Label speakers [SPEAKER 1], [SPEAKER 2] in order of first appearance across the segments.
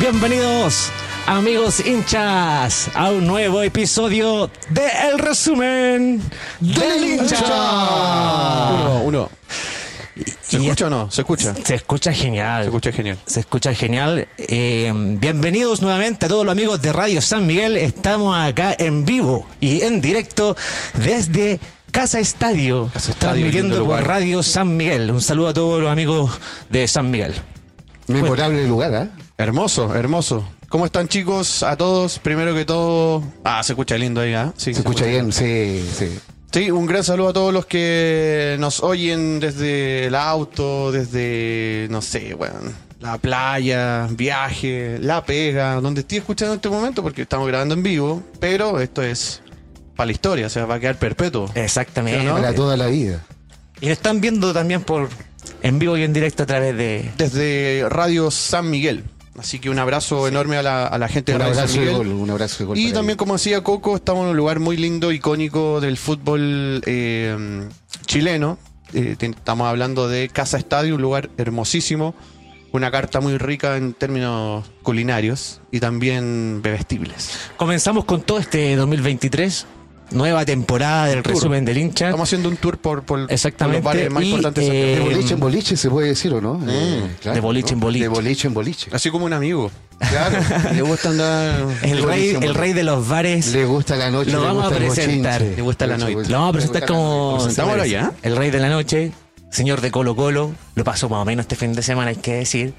[SPEAKER 1] Bienvenidos, amigos hinchas, a un nuevo episodio de El Resumen del Hincha.
[SPEAKER 2] Uno, uno. ¿Se
[SPEAKER 1] Y-
[SPEAKER 2] escucha o no? Se escucha. Se
[SPEAKER 1] Se escucha genial.
[SPEAKER 2] escucha genial.
[SPEAKER 1] Se escucha genial. Eh, bienvenidos nuevamente a todos los amigos de Radio San Miguel. Estamos acá en vivo y en directo desde Casa Estadio,
[SPEAKER 2] Casa Estadio,
[SPEAKER 1] transmitiendo
[SPEAKER 2] lindo
[SPEAKER 1] por
[SPEAKER 2] lugar.
[SPEAKER 1] Radio San Miguel. Un saludo a todos los amigos de San Miguel.
[SPEAKER 3] Memorable lugar, ¿ah?
[SPEAKER 2] Hermoso, hermoso. ¿Cómo están chicos? A todos, primero que todo. Ah, se escucha lindo ahí, ¿ah? Sí,
[SPEAKER 3] Se escucha bien, sí, sí.
[SPEAKER 2] Sí, un gran saludo a todos los que nos oyen desde el auto, desde, no sé, bueno, la playa, viaje, la pega, donde estoy escuchando en este momento, porque estamos grabando en vivo, pero esto es para la historia, o sea, va a quedar perpetuo.
[SPEAKER 1] Exactamente.
[SPEAKER 2] Pero no,
[SPEAKER 3] Para toda la vida.
[SPEAKER 1] Y lo están viendo también por en vivo y en directo a través de
[SPEAKER 2] Desde Radio San Miguel. Así que un abrazo enorme a la, a la gente
[SPEAKER 3] Un
[SPEAKER 2] de Radio
[SPEAKER 3] abrazo
[SPEAKER 2] San
[SPEAKER 3] de
[SPEAKER 2] Miguel.
[SPEAKER 3] gol, un abrazo de gol.
[SPEAKER 2] Y
[SPEAKER 3] para
[SPEAKER 2] también,
[SPEAKER 3] ellos.
[SPEAKER 2] como decía Coco, estamos en un lugar muy lindo, icónico del fútbol eh, chileno. Eh, te- estamos hablando de Casa Estadio, un lugar hermosísimo, una carta muy rica en términos culinarios y también bebestibles.
[SPEAKER 1] Comenzamos con todo este 2023, nueva temporada del
[SPEAKER 2] Tour.
[SPEAKER 1] resumen del hincha.
[SPEAKER 2] Estamos haciendo un tour por, por- por
[SPEAKER 1] Exactamente,
[SPEAKER 2] los bares más
[SPEAKER 1] y,
[SPEAKER 2] importantes. de San
[SPEAKER 1] eh,
[SPEAKER 3] De
[SPEAKER 2] Pedro.
[SPEAKER 3] boliche en boliche se puede decir, ¿o no? Eh,
[SPEAKER 1] de boliche en boliche.
[SPEAKER 3] De boliche en boliche.
[SPEAKER 2] Así como un amigo.
[SPEAKER 1] eh,
[SPEAKER 2] Claro, le gusta andar.
[SPEAKER 1] El rey,
[SPEAKER 3] Buenísimo.
[SPEAKER 1] el rey de los bares.
[SPEAKER 3] Le gusta la noche.
[SPEAKER 1] Lo
[SPEAKER 3] le
[SPEAKER 1] vamos a
[SPEAKER 3] gusta el
[SPEAKER 1] presentar.
[SPEAKER 3] bochinche.
[SPEAKER 2] Le gusta la
[SPEAKER 3] Le
[SPEAKER 2] noche.
[SPEAKER 1] Lo vamos a
[SPEAKER 3] le
[SPEAKER 1] presentar
[SPEAKER 3] gusta la
[SPEAKER 1] como
[SPEAKER 3] noche.
[SPEAKER 2] Presentámoslo ya.
[SPEAKER 1] el rey de la noche, señor de Colo Colo. Lo pasó más o menos este fin de semana, hay que decir.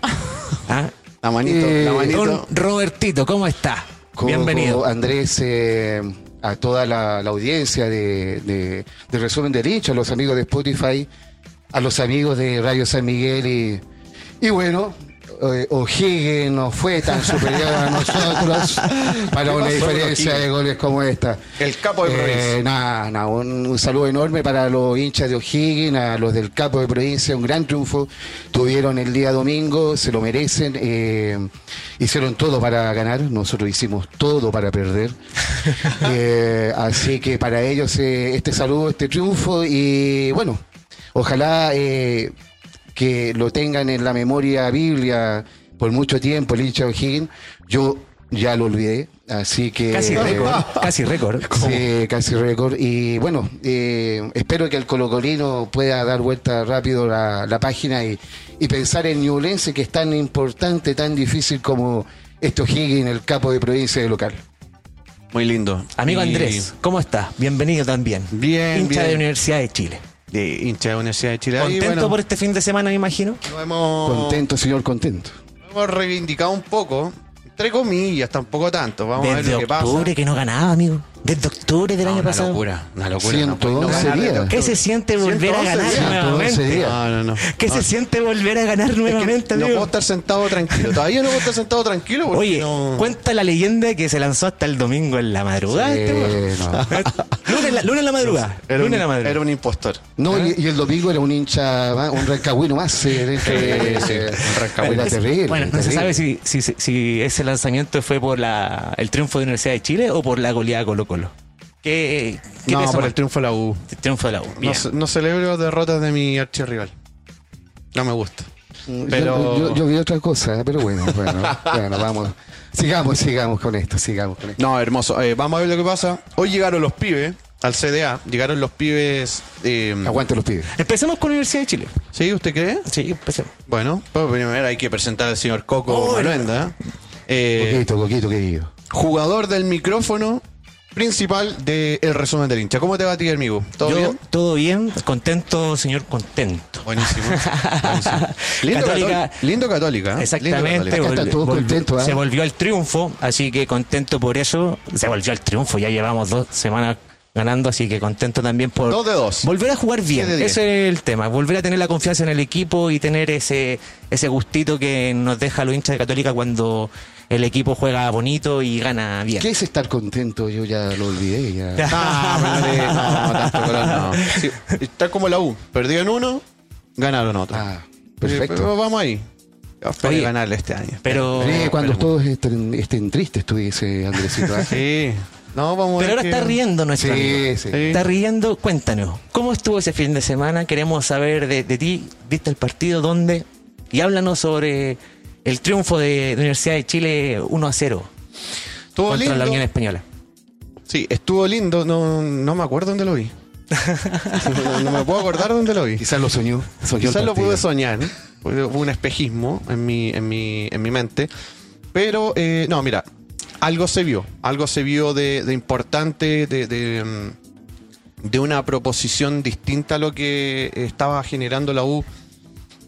[SPEAKER 1] ¿Ah?
[SPEAKER 2] La manito,
[SPEAKER 3] Eh,
[SPEAKER 2] la manito.
[SPEAKER 1] Don Robertito, ¿cómo está?
[SPEAKER 3] Coco,
[SPEAKER 1] Bienvenido.
[SPEAKER 3] Andrés, eh, a toda la, la audiencia de, de- de Resumen de Hincha, a los amigos de Spotify, a los amigos de Radio San Miguel y, y bueno, eh, O'Higgins no fue tan superior a nosotros para una
[SPEAKER 2] pasó con
[SPEAKER 3] diferencia
[SPEAKER 2] O'Higgins?
[SPEAKER 3] de goles como esta. Eh,
[SPEAKER 2] El capo de provincia.
[SPEAKER 3] Nada, nada, un, un saludo enorme para los hinchas de O'Higgins, a los del capo de provincia, un gran triunfo. Tuvieron el día domingo, se lo merecen. eh, hicieron todo para ganar, nosotros hicimos todo para perder. Eh, así que para ellos eh, este saludo, este triunfo y bueno, ojalá eh, que lo tengan en la memoria Biblia por mucho tiempo, el hincha de O'Higgins. Yo ya lo olvidé, así que... eh,
[SPEAKER 1] Casi récord, casi récord.
[SPEAKER 3] Sí, casi récord. Y bueno, eh, espero que el colocolino pueda dar vuelta rápido la, la página y, y pensar en Ñublense, que es tan importante, tan difícil como este O'Higgins, el capo de provincia y local.
[SPEAKER 2] Muy lindo.
[SPEAKER 1] Amigo
[SPEAKER 2] Y-
[SPEAKER 1] Andrés, ¿cómo está? Bienvenido también.
[SPEAKER 2] Bien,
[SPEAKER 1] Hincha
[SPEAKER 2] bien.
[SPEAKER 1] de Universidad de Chile.
[SPEAKER 2] De hincha de la Universidad de Chile. Ahí,
[SPEAKER 1] Contento
[SPEAKER 2] bueno,
[SPEAKER 1] por este fin de semana, me imagino.
[SPEAKER 2] nos hemos-
[SPEAKER 3] Contento, señor, contento.
[SPEAKER 2] Hemos reivindicado un poco, entre comillas, tampoco tanto. Vamos a ver
[SPEAKER 1] Desde
[SPEAKER 2] lo que pasa.
[SPEAKER 1] octubre que no ganaba, amigo. Desde octubre del
[SPEAKER 2] No,
[SPEAKER 1] año
[SPEAKER 2] una
[SPEAKER 1] pasado.
[SPEAKER 2] locura, una locura. no,
[SPEAKER 3] 111
[SPEAKER 2] ganar desde
[SPEAKER 3] días.
[SPEAKER 1] ¿Qué se siente volver a
[SPEAKER 2] 111
[SPEAKER 1] ganar
[SPEAKER 2] días.
[SPEAKER 1] nuevamente?
[SPEAKER 3] 111 días.
[SPEAKER 2] octubre. No, no, no.
[SPEAKER 1] ¿Qué
[SPEAKER 2] No,
[SPEAKER 1] se siente volver a ganar
[SPEAKER 2] es
[SPEAKER 1] nuevamente,
[SPEAKER 2] que No
[SPEAKER 1] amigo?
[SPEAKER 2] puedo estar sentado tranquilo. Todavía no puedo estar sentado tranquilo porque
[SPEAKER 1] Oye,
[SPEAKER 2] no...
[SPEAKER 1] cuenta la leyenda que se lanzó hasta el domingo en la madrugada. este weón.
[SPEAKER 3] Eh, no.
[SPEAKER 1] Lunes, en la- lunes en la madrugada.
[SPEAKER 2] Era
[SPEAKER 1] lunes
[SPEAKER 2] un,
[SPEAKER 1] en la madrugada.
[SPEAKER 2] era un impostor.
[SPEAKER 3] No, y, y el domingo era un hincha, más, un rancagüino más. eh, dentro de-
[SPEAKER 2] ¿Eh? Sí, sí, un rancagüino.
[SPEAKER 3] Era
[SPEAKER 1] Es-
[SPEAKER 3] terrible.
[SPEAKER 1] bueno, no se sabe
[SPEAKER 3] terrible.
[SPEAKER 1] si, si, si ese lanzamiento fue por la, el triunfo de la Universidad de Chile o por la goleada Colo Colo. ¿Qué, qué
[SPEAKER 2] No,
[SPEAKER 1] pesa
[SPEAKER 2] por
[SPEAKER 1] más?
[SPEAKER 2] el triunfo de la U.
[SPEAKER 1] El triunfo de la U.
[SPEAKER 2] No,
[SPEAKER 1] Bien.
[SPEAKER 2] ce- no celebro derrotas de mi archirrival. No me gusta.
[SPEAKER 3] Yo-
[SPEAKER 2] Pero-
[SPEAKER 3] yo, yo vi otra cosa, pero bueno, bueno, bueno, vamos. Sigamos, sigamos con esto, sigamos con esto.
[SPEAKER 2] No, hermoso. Eh, vamos a ver lo que pasa. Hoy llegaron los pibes al CDA. Llegaron los pibes... eh,
[SPEAKER 3] Aguante los pibes.
[SPEAKER 1] Empecemos con la Universidad de Chile.
[SPEAKER 2] ¿Sí? ¿Usted cree?
[SPEAKER 1] Sí, empecemos.
[SPEAKER 2] Bueno, pues primero hay que presentar al señor Coco
[SPEAKER 1] Oh,
[SPEAKER 2] Maluenda, eh,
[SPEAKER 3] Coquito, coquito, querido.
[SPEAKER 2] jugador del micrófono principal de El Resumen del Hincha. ¿Cómo te va a ti, amigo? ¿Todo
[SPEAKER 1] Yo-
[SPEAKER 2] bien?
[SPEAKER 1] Todo bien, contento, señor, contento.
[SPEAKER 2] Buenísimo. buenísimo. Lindo
[SPEAKER 1] Católica- ¿Ah?
[SPEAKER 2] católica. Lindo católica. ¿eh? Lindo
[SPEAKER 1] Exactamente,
[SPEAKER 2] católica.
[SPEAKER 3] Acá están
[SPEAKER 1] volvi-
[SPEAKER 3] todos
[SPEAKER 1] volvi-
[SPEAKER 3] contentos, ¿ah?
[SPEAKER 1] se volvió al triunfo, así que contento por eso. Se volvió al triunfo, ya llevamos dos semanas ganando, así que contento también por
[SPEAKER 2] Dos de dos.
[SPEAKER 1] volver a jugar bien.
[SPEAKER 2] Siete de diez.
[SPEAKER 1] Ese es el tema, volver a tener la confianza en el equipo y tener ese, ese gustito que nos deja los hinchas de Católica cuando el equipo juega bonito y gana bien.
[SPEAKER 3] ¿Qué es estar contento? Yo ya lo olvidé. Ya.
[SPEAKER 2] Ah, pero no, no, tanto color no. Sí, está como la U. Perdieron uno, ganaron otro.
[SPEAKER 3] Ah,
[SPEAKER 2] Eh, pero
[SPEAKER 3] perfecto.
[SPEAKER 2] vamos ahí. Espero
[SPEAKER 1] Oye,
[SPEAKER 2] ganarle este año.
[SPEAKER 1] Pero,
[SPEAKER 3] Sí, cuando
[SPEAKER 2] pero-
[SPEAKER 3] todos estén, estén tristes, tú dices, Andresito. ¿ah?
[SPEAKER 2] Sí. No, vamos a
[SPEAKER 1] pero
[SPEAKER 2] ver
[SPEAKER 1] ahora
[SPEAKER 2] que-
[SPEAKER 1] está riendo nuestro amigo.
[SPEAKER 3] Sí, sí.
[SPEAKER 2] Sí.
[SPEAKER 1] Está riendo, cuéntanos, ¿cómo estuvo ese fin de semana? Queremos saber de, de ti, ¿viste el partido? ¿Dónde? Y háblanos sobre el triunfo de, de Universidad de Chile 1 a 0
[SPEAKER 2] Estuvo
[SPEAKER 1] contra la
[SPEAKER 2] lindo.
[SPEAKER 1] Unión Española.
[SPEAKER 2] Sí, estuvo lindo. No, no me acuerdo dónde lo vi. no, no me puedo acordar dónde lo vi.
[SPEAKER 3] Quizás lo soñó. soñó el
[SPEAKER 2] Quizás lo
[SPEAKER 3] partido.
[SPEAKER 2] pude soñar. porque Hubo un espejismo en mi, en mi, en mi mente. Pero, eh, no, mira, algo se vio. Algo se vio de, de importante, de, de, mm, de una proposición distinta a lo que estaba generando la U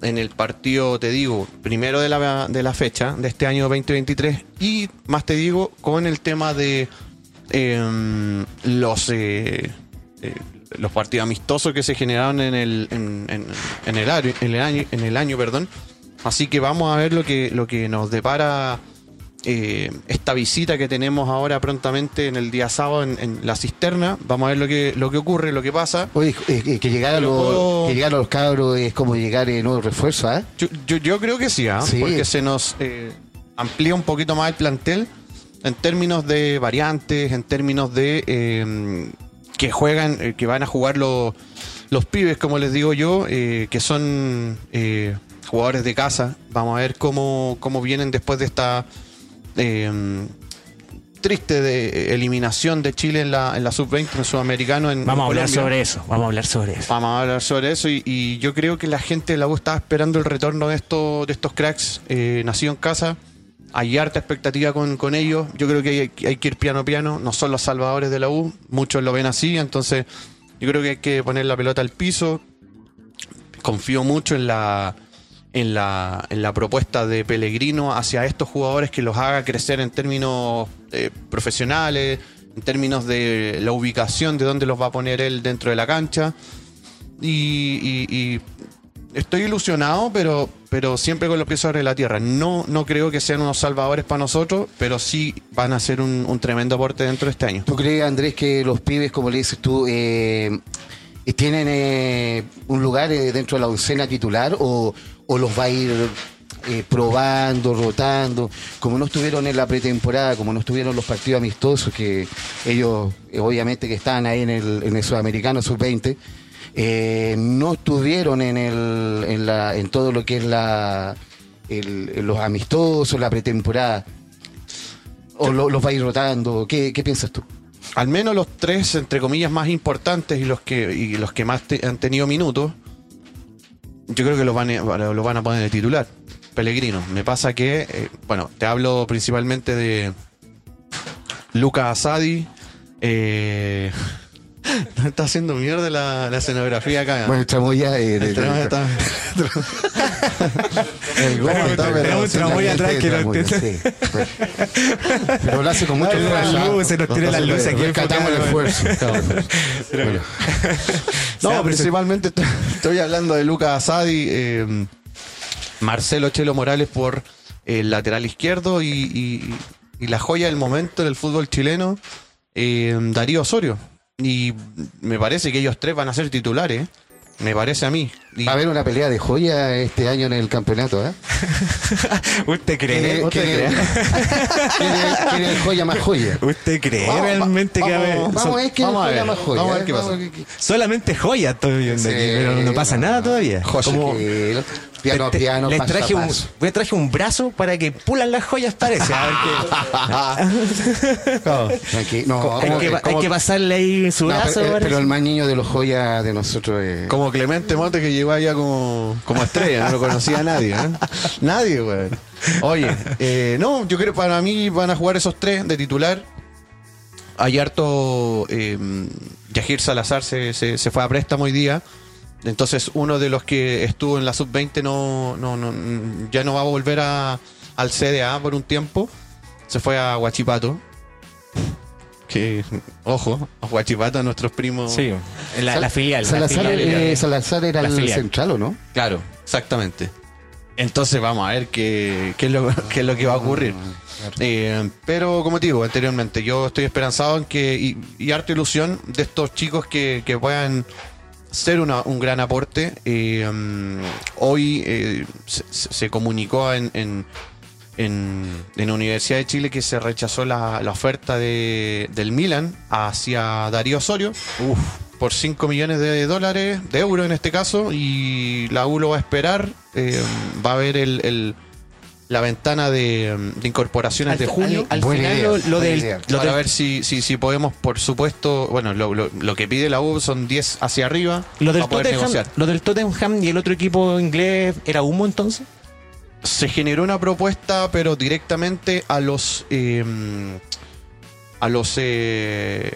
[SPEAKER 2] en el partido, te digo, primero de la, de la fecha de este año 2023 y más te digo con el tema de em, los eh, eh, los partidos amistosos que se generaron en el en, en- en el, año, en el año en el año, perdón. Así que vamos a ver lo que lo que nos depara eh, esta visita que tenemos ahora prontamente en el día sábado en, en la cisterna. Vamos a ver lo que lo que ocurre, lo que pasa.
[SPEAKER 3] Oye, eh, eh, que llegar a
[SPEAKER 2] Pero
[SPEAKER 3] los,
[SPEAKER 2] puedo-
[SPEAKER 3] que llegar a los cabros es como llegar en nuevo refuerzo, ¿ah?
[SPEAKER 2] Yo, yo- yo creo que sí, ¿ah?
[SPEAKER 3] Sí.
[SPEAKER 2] porque se nos eh, amplía un poquito más el plantel en términos de variantes, en términos de eh, que juegan, eh, que van a jugar los, los pibes, como les digo yo, eh, que son eh, jugadores de casa. Vamos a ver cómo, cómo vienen después de esta eh, triste de eh, eliminación de Chile en la, en la sub-20 en sudamericano. En
[SPEAKER 1] Vamos a hablar
[SPEAKER 2] Colombia.
[SPEAKER 1] sobre eso, vamos a hablar sobre eso.
[SPEAKER 2] Vamos a hablar sobre eso y, y yo creo que la gente de la U estaba esperando el retorno de, estos de estos cracks eh, nacido en casa. Hay harta expectativa con, con ellos. Yo creo que hay, hay que ir piano piano. No son los salvadores de la U. Muchos lo ven así. Entonces yo creo que hay que poner la pelota al piso. Confío mucho en la, en la, en la propuesta de Pellegrino hacia estos jugadores que los haga crecer en términos eh, profesionales, en términos de la ubicación, de dónde los va a poner él dentro de la cancha. Y, y- y estoy ilusionado, pero, pero siempre con los pies sobre la tierra. No, no creo que sean unos salvadores para nosotros, pero sí van a ser un, un tremendo aporte dentro de este año.
[SPEAKER 3] ¿Tú crees, Andrés, que los pibes, como le dices tú, eh, tienen eh, un lugar eh, dentro de la oncena titular o, o los va a ir eh, probando, rotando? Como no estuvieron en la pretemporada, como no estuvieron los partidos amistosos, que ellos eh, obviamente que estaban ahí en el, en el sudamericano sub-20, eh, no estuvieron en, el, en, la, en todo lo que es la, el- los amistosos, la pretemporada. ¿O lo- los va a ir rotando? ¿Qué, qué piensas tú?
[SPEAKER 2] al menos los tres, entre comillas, más importantes y los que, y los que más te- han tenido minutos, yo creo que los van, a, lo van a poner de titular. Pellegrino. Me pasa que, eh, bueno, te hablo principalmente de Lucas Asadi. Eh, está haciendo mierda la, la escenografía acá.
[SPEAKER 3] Bueno, estamos ya. eh, de-
[SPEAKER 2] Tenemos-
[SPEAKER 3] de-
[SPEAKER 2] está-
[SPEAKER 3] el gordo
[SPEAKER 1] Bueno,
[SPEAKER 3] está, pero
[SPEAKER 1] tenemos un
[SPEAKER 3] sí,
[SPEAKER 1] tramoya
[SPEAKER 3] la
[SPEAKER 1] atrás
[SPEAKER 3] gente
[SPEAKER 1] que
[SPEAKER 3] de
[SPEAKER 1] lo
[SPEAKER 3] tramoya,
[SPEAKER 1] entiende.
[SPEAKER 3] sí, bueno. Pero lo hace con mucho
[SPEAKER 1] Ay, las
[SPEAKER 3] esfuerzo. ¿ah?
[SPEAKER 1] luces, nos tira
[SPEAKER 3] Entonces,
[SPEAKER 1] las luces aquí
[SPEAKER 3] Rescatamos el
[SPEAKER 1] enfocadas,
[SPEAKER 3] esfuerzo. cabrón. Bueno,
[SPEAKER 2] No, principalmente estoy, estoy hablando de Lucas Asadi, eh, Marcelo Chelo Morales por el lateral izquierdo y, y- y la joya del momento del fútbol chileno, eh, Darío Osorio. Y me parece que ellos tres van a ser titulares, eh. me parece a mí. Y-
[SPEAKER 3] Va a haber una pelea de joya este año en el campeonato. ¿eh?
[SPEAKER 1] ¿Usted cree?
[SPEAKER 3] ¿Quién,
[SPEAKER 2] ¿Vos te
[SPEAKER 3] quién- quién es- quién es el joya más joya?
[SPEAKER 1] ¿Usted cree
[SPEAKER 2] Vamos,
[SPEAKER 1] realmente que va a haber-
[SPEAKER 2] vamos,
[SPEAKER 3] Vamos eh. a
[SPEAKER 1] son-
[SPEAKER 3] ver quién es el
[SPEAKER 2] vamos a
[SPEAKER 3] joya
[SPEAKER 2] ver,
[SPEAKER 3] más joya.
[SPEAKER 2] vamos a
[SPEAKER 3] ¿eh?
[SPEAKER 2] ver qué pasa.
[SPEAKER 3] qué-
[SPEAKER 1] solamente joya estoy viendo aquí,
[SPEAKER 3] Sí,
[SPEAKER 1] pero no pasa nada todavía.
[SPEAKER 3] Joya,
[SPEAKER 1] Como-
[SPEAKER 3] que- Piano,
[SPEAKER 1] Te-
[SPEAKER 3] piano,
[SPEAKER 1] les
[SPEAKER 3] paso a
[SPEAKER 1] traje un,
[SPEAKER 3] paso.
[SPEAKER 1] les traje un brazo para que pulan las joyas, parece. A ver qué-
[SPEAKER 3] Tranqui- no,
[SPEAKER 1] hay,
[SPEAKER 3] ¿cómo
[SPEAKER 1] Oh. que,
[SPEAKER 3] que-
[SPEAKER 1] hay que pasarle ahí su
[SPEAKER 3] No,
[SPEAKER 1] brazo.
[SPEAKER 3] pero, eh,
[SPEAKER 1] parece.
[SPEAKER 3] pero el más niño de los joyas de nosotros eh, es.
[SPEAKER 2] Como Clemente Monte que llegó allá como, como estrella, no lo conocía a nadie, ¿eh? Nadie, güey. Oye, eh, no, yo creo que para mí van a jugar esos tres de titular. Hay harto. eh, Yajir Salazar se, se- se fue a préstamo hoy día. Entonces, uno de los que estuvo en la sub-20 no, no, no- ya no va a volver a- al CDA por un tiempo. Se fue a Huachipato. Que, ojo, a Huachipato, a nuestros primos.
[SPEAKER 1] Sí, la, la filial. la
[SPEAKER 3] Salazar,
[SPEAKER 1] filial.
[SPEAKER 3] eh, Salazar era
[SPEAKER 1] La
[SPEAKER 3] el
[SPEAKER 1] filial.
[SPEAKER 3] central, ¿o no?
[SPEAKER 2] Claro, exactamente. Entonces vamos a ver qué, qué es, lo, qué es lo que va a ocurrir. Eh, pero como te digo anteriormente, yo estoy esperanzado en que, y, y harta ilusión de estos chicos que, que puedan ser una- un gran aporte. Eh, mm, hoy eh, se, se- se comunicó en, en, en- en la Universidad de Chile que se rechazó la, la oferta de- del Milan hacia Darío Osorio por 5 millones de dólares, de um, euros en este caso, y la U lo va a esperar. eh, va a haber el, el- la ventana de, mm, de incorporaciones de junio.
[SPEAKER 1] Al,
[SPEAKER 3] Buena
[SPEAKER 1] final
[SPEAKER 3] idea,
[SPEAKER 1] lo, lo
[SPEAKER 3] buena
[SPEAKER 1] del...
[SPEAKER 3] idea.
[SPEAKER 1] lo
[SPEAKER 2] para
[SPEAKER 1] del-
[SPEAKER 2] ver si, si, si podemos, por supuesto, bueno, lo, lo- lo que pide la U son 10 hacia arriba
[SPEAKER 1] Lo del,
[SPEAKER 2] para poder
[SPEAKER 1] Tottenham,
[SPEAKER 2] negociar.
[SPEAKER 1] lo del Tottenham y el otro equipo inglés era humo entonces.
[SPEAKER 2] Se generó una propuesta, pero directamente a los eh, a los eh,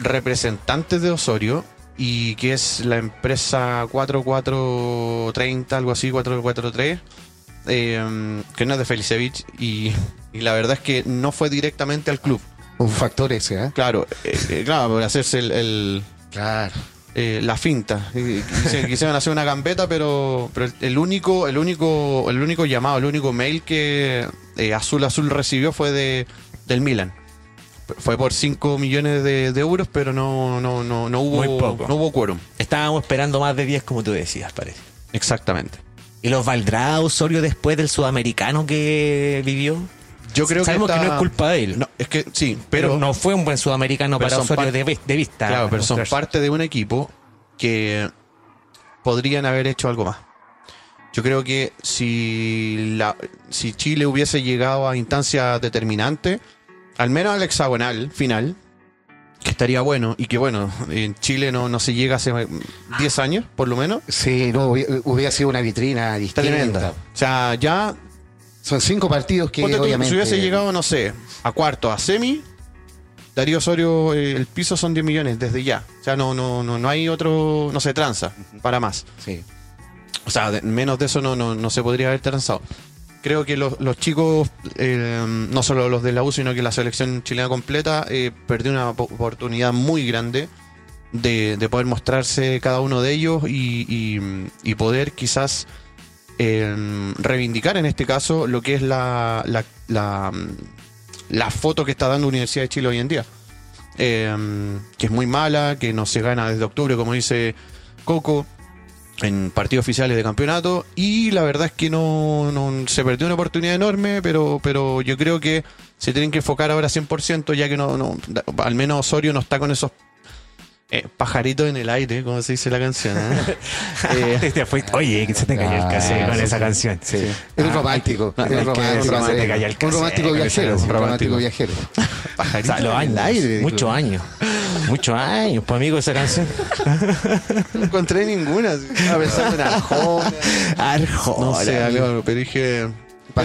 [SPEAKER 2] representantes de Osorio y que es la empresa 4430, algo así, 443, eh, que no es de Felicevich y, y la verdad es que no fue directamente al club.
[SPEAKER 3] Un factor ese, ¿ah?
[SPEAKER 2] Claro, eh, eh, claro, por hacerse el- el,
[SPEAKER 3] Claro.
[SPEAKER 2] eh, la finta. Eh, quise- Quisieron hacer una gambeta, pero, pero el, el único, el único, el único llamado, el único mail que eh, Azul Azul recibió fue de del Milan. Fue por 5 millones de, de euros, pero no, no, no, no hubo
[SPEAKER 1] Muy poco.
[SPEAKER 2] no hubo quórum.
[SPEAKER 1] Estábamos esperando más de 10 como tú decías, parece.
[SPEAKER 2] Exactamente.
[SPEAKER 1] ¿Y los valdrá Osorio después del sudamericano que vivió?
[SPEAKER 2] Yo creo
[SPEAKER 1] Sabemos
[SPEAKER 2] que,
[SPEAKER 1] que,
[SPEAKER 2] esta-
[SPEAKER 1] no es culpa de él.
[SPEAKER 2] No, es que sí,
[SPEAKER 1] pero,
[SPEAKER 2] pero
[SPEAKER 1] no fue un buen sudamericano
[SPEAKER 2] Pero
[SPEAKER 1] para
[SPEAKER 2] son
[SPEAKER 1] Osorio
[SPEAKER 2] par-
[SPEAKER 1] de, vi- de vista.
[SPEAKER 2] Claro, pero son
[SPEAKER 1] mostrarse.
[SPEAKER 2] parte de un equipo que podrían haber hecho algo más. Yo creo que si, la- si Chile hubiese llegado a instancias determinantes, al menos al hexagonal final, que estaría bueno, y que bueno, en Chile no, no se llega hace mm, 10 años, por lo menos,
[SPEAKER 3] Sí, no, hubi- hubiera sido una vitrina
[SPEAKER 2] está
[SPEAKER 3] distinta.
[SPEAKER 2] tremenda. O sea, ya,
[SPEAKER 3] Son cinco partidos que
[SPEAKER 2] ponte tú,
[SPEAKER 3] obviamente...
[SPEAKER 2] si hubiese llegado, no sé, a cuarto, a semi, Darío Osorio, eh, el piso son 10 millones desde ya. O sea, no, no, no, no hay otro, no se tranza para más.
[SPEAKER 3] Sí.
[SPEAKER 2] O sea, de- menos de eso no, no, no se podría haber transado. Creo que los, los chicos, eh, no solo los de la U, sino que la selección chilena completa, eh, perdió una po- oportunidad muy grande de, de poder mostrarse cada uno de ellos y, y- y poder quizás eh, reivindicar en este caso lo que es la, la, la, la foto que está dando Universidad de Chile hoy en día. Eh, que es muy mala, que no se gana desde octubre, como dice Coco en partidos oficiales de campeonato y la verdad es que no, no- se perdió una oportunidad enorme, pero, pero yo creo que se tienen que enfocar ahora 100% ya que no, no- da- al menos Osorio no está con esos eh, pajaritos en el aire, como se dice la canción. ¿eh? Eh,
[SPEAKER 1] Te- te fuiste- Oye, que se te cayó el
[SPEAKER 3] Ah,
[SPEAKER 1] cassette con
[SPEAKER 3] sí,
[SPEAKER 1] esa
[SPEAKER 3] sí.
[SPEAKER 1] canción.
[SPEAKER 3] Sí. Es
[SPEAKER 1] Ah,
[SPEAKER 3] un romántico.
[SPEAKER 2] hay que-
[SPEAKER 3] es un
[SPEAKER 2] hay que-
[SPEAKER 3] romántico,
[SPEAKER 2] romántico,
[SPEAKER 3] sí.
[SPEAKER 1] calla el
[SPEAKER 3] Un
[SPEAKER 1] cassette,
[SPEAKER 3] romántico
[SPEAKER 1] que
[SPEAKER 3] viajero.
[SPEAKER 1] sea
[SPEAKER 3] Un
[SPEAKER 2] romántico.
[SPEAKER 3] romántico viajero.
[SPEAKER 1] O sea, los años,
[SPEAKER 3] aire,
[SPEAKER 1] muchos
[SPEAKER 3] digo.
[SPEAKER 1] años, muchos años, pues amigo, esa canción.
[SPEAKER 2] no encontré ninguna, a pesar de Arjona,
[SPEAKER 1] Arjona.
[SPEAKER 2] no sé, algo, pero dije... Pero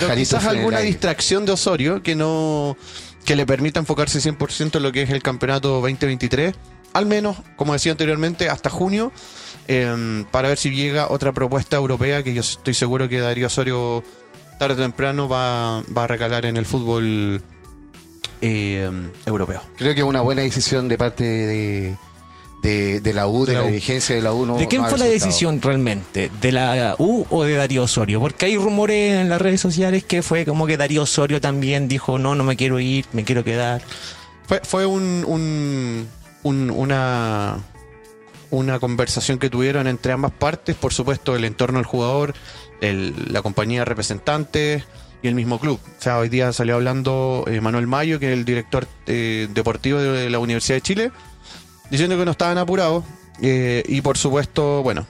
[SPEAKER 3] Pajaritos
[SPEAKER 2] quizás
[SPEAKER 3] en el
[SPEAKER 2] alguna
[SPEAKER 3] aire.
[SPEAKER 2] distracción de Osorio que no que le permita enfocarse 100% en lo que es el campeonato 2023, al menos, como decía anteriormente, hasta junio, eh, para ver si llega otra propuesta europea que yo estoy seguro que Darío Osorio tarde o temprano va, va a recalar en el fútbol eh, europeo.
[SPEAKER 3] Creo que es una buena decisión de parte de, de, de la U, de,
[SPEAKER 2] De la
[SPEAKER 3] la
[SPEAKER 2] U.
[SPEAKER 3] dirigencia de la U. no-
[SPEAKER 1] ¿De quién
[SPEAKER 3] no ha
[SPEAKER 1] fue la
[SPEAKER 3] resultado.
[SPEAKER 1] decisión realmente? ¿De la U o de Darío Osorio? Porque hay rumores en las redes sociales que fue como que Darío Osorio también dijo, no, no me quiero ir, me quiero quedar.
[SPEAKER 2] Fue, fue un, un- un- una, una conversación que tuvieron entre ambas partes, por supuesto, el entorno del jugador, el- la compañía de representantes y el mismo club. O sea, hoy día salió hablando eh, Manuel Mayo, que es el director eh, deportivo de la Universidad de Chile, diciendo que no estaban apurados eh, y, por supuesto, bueno,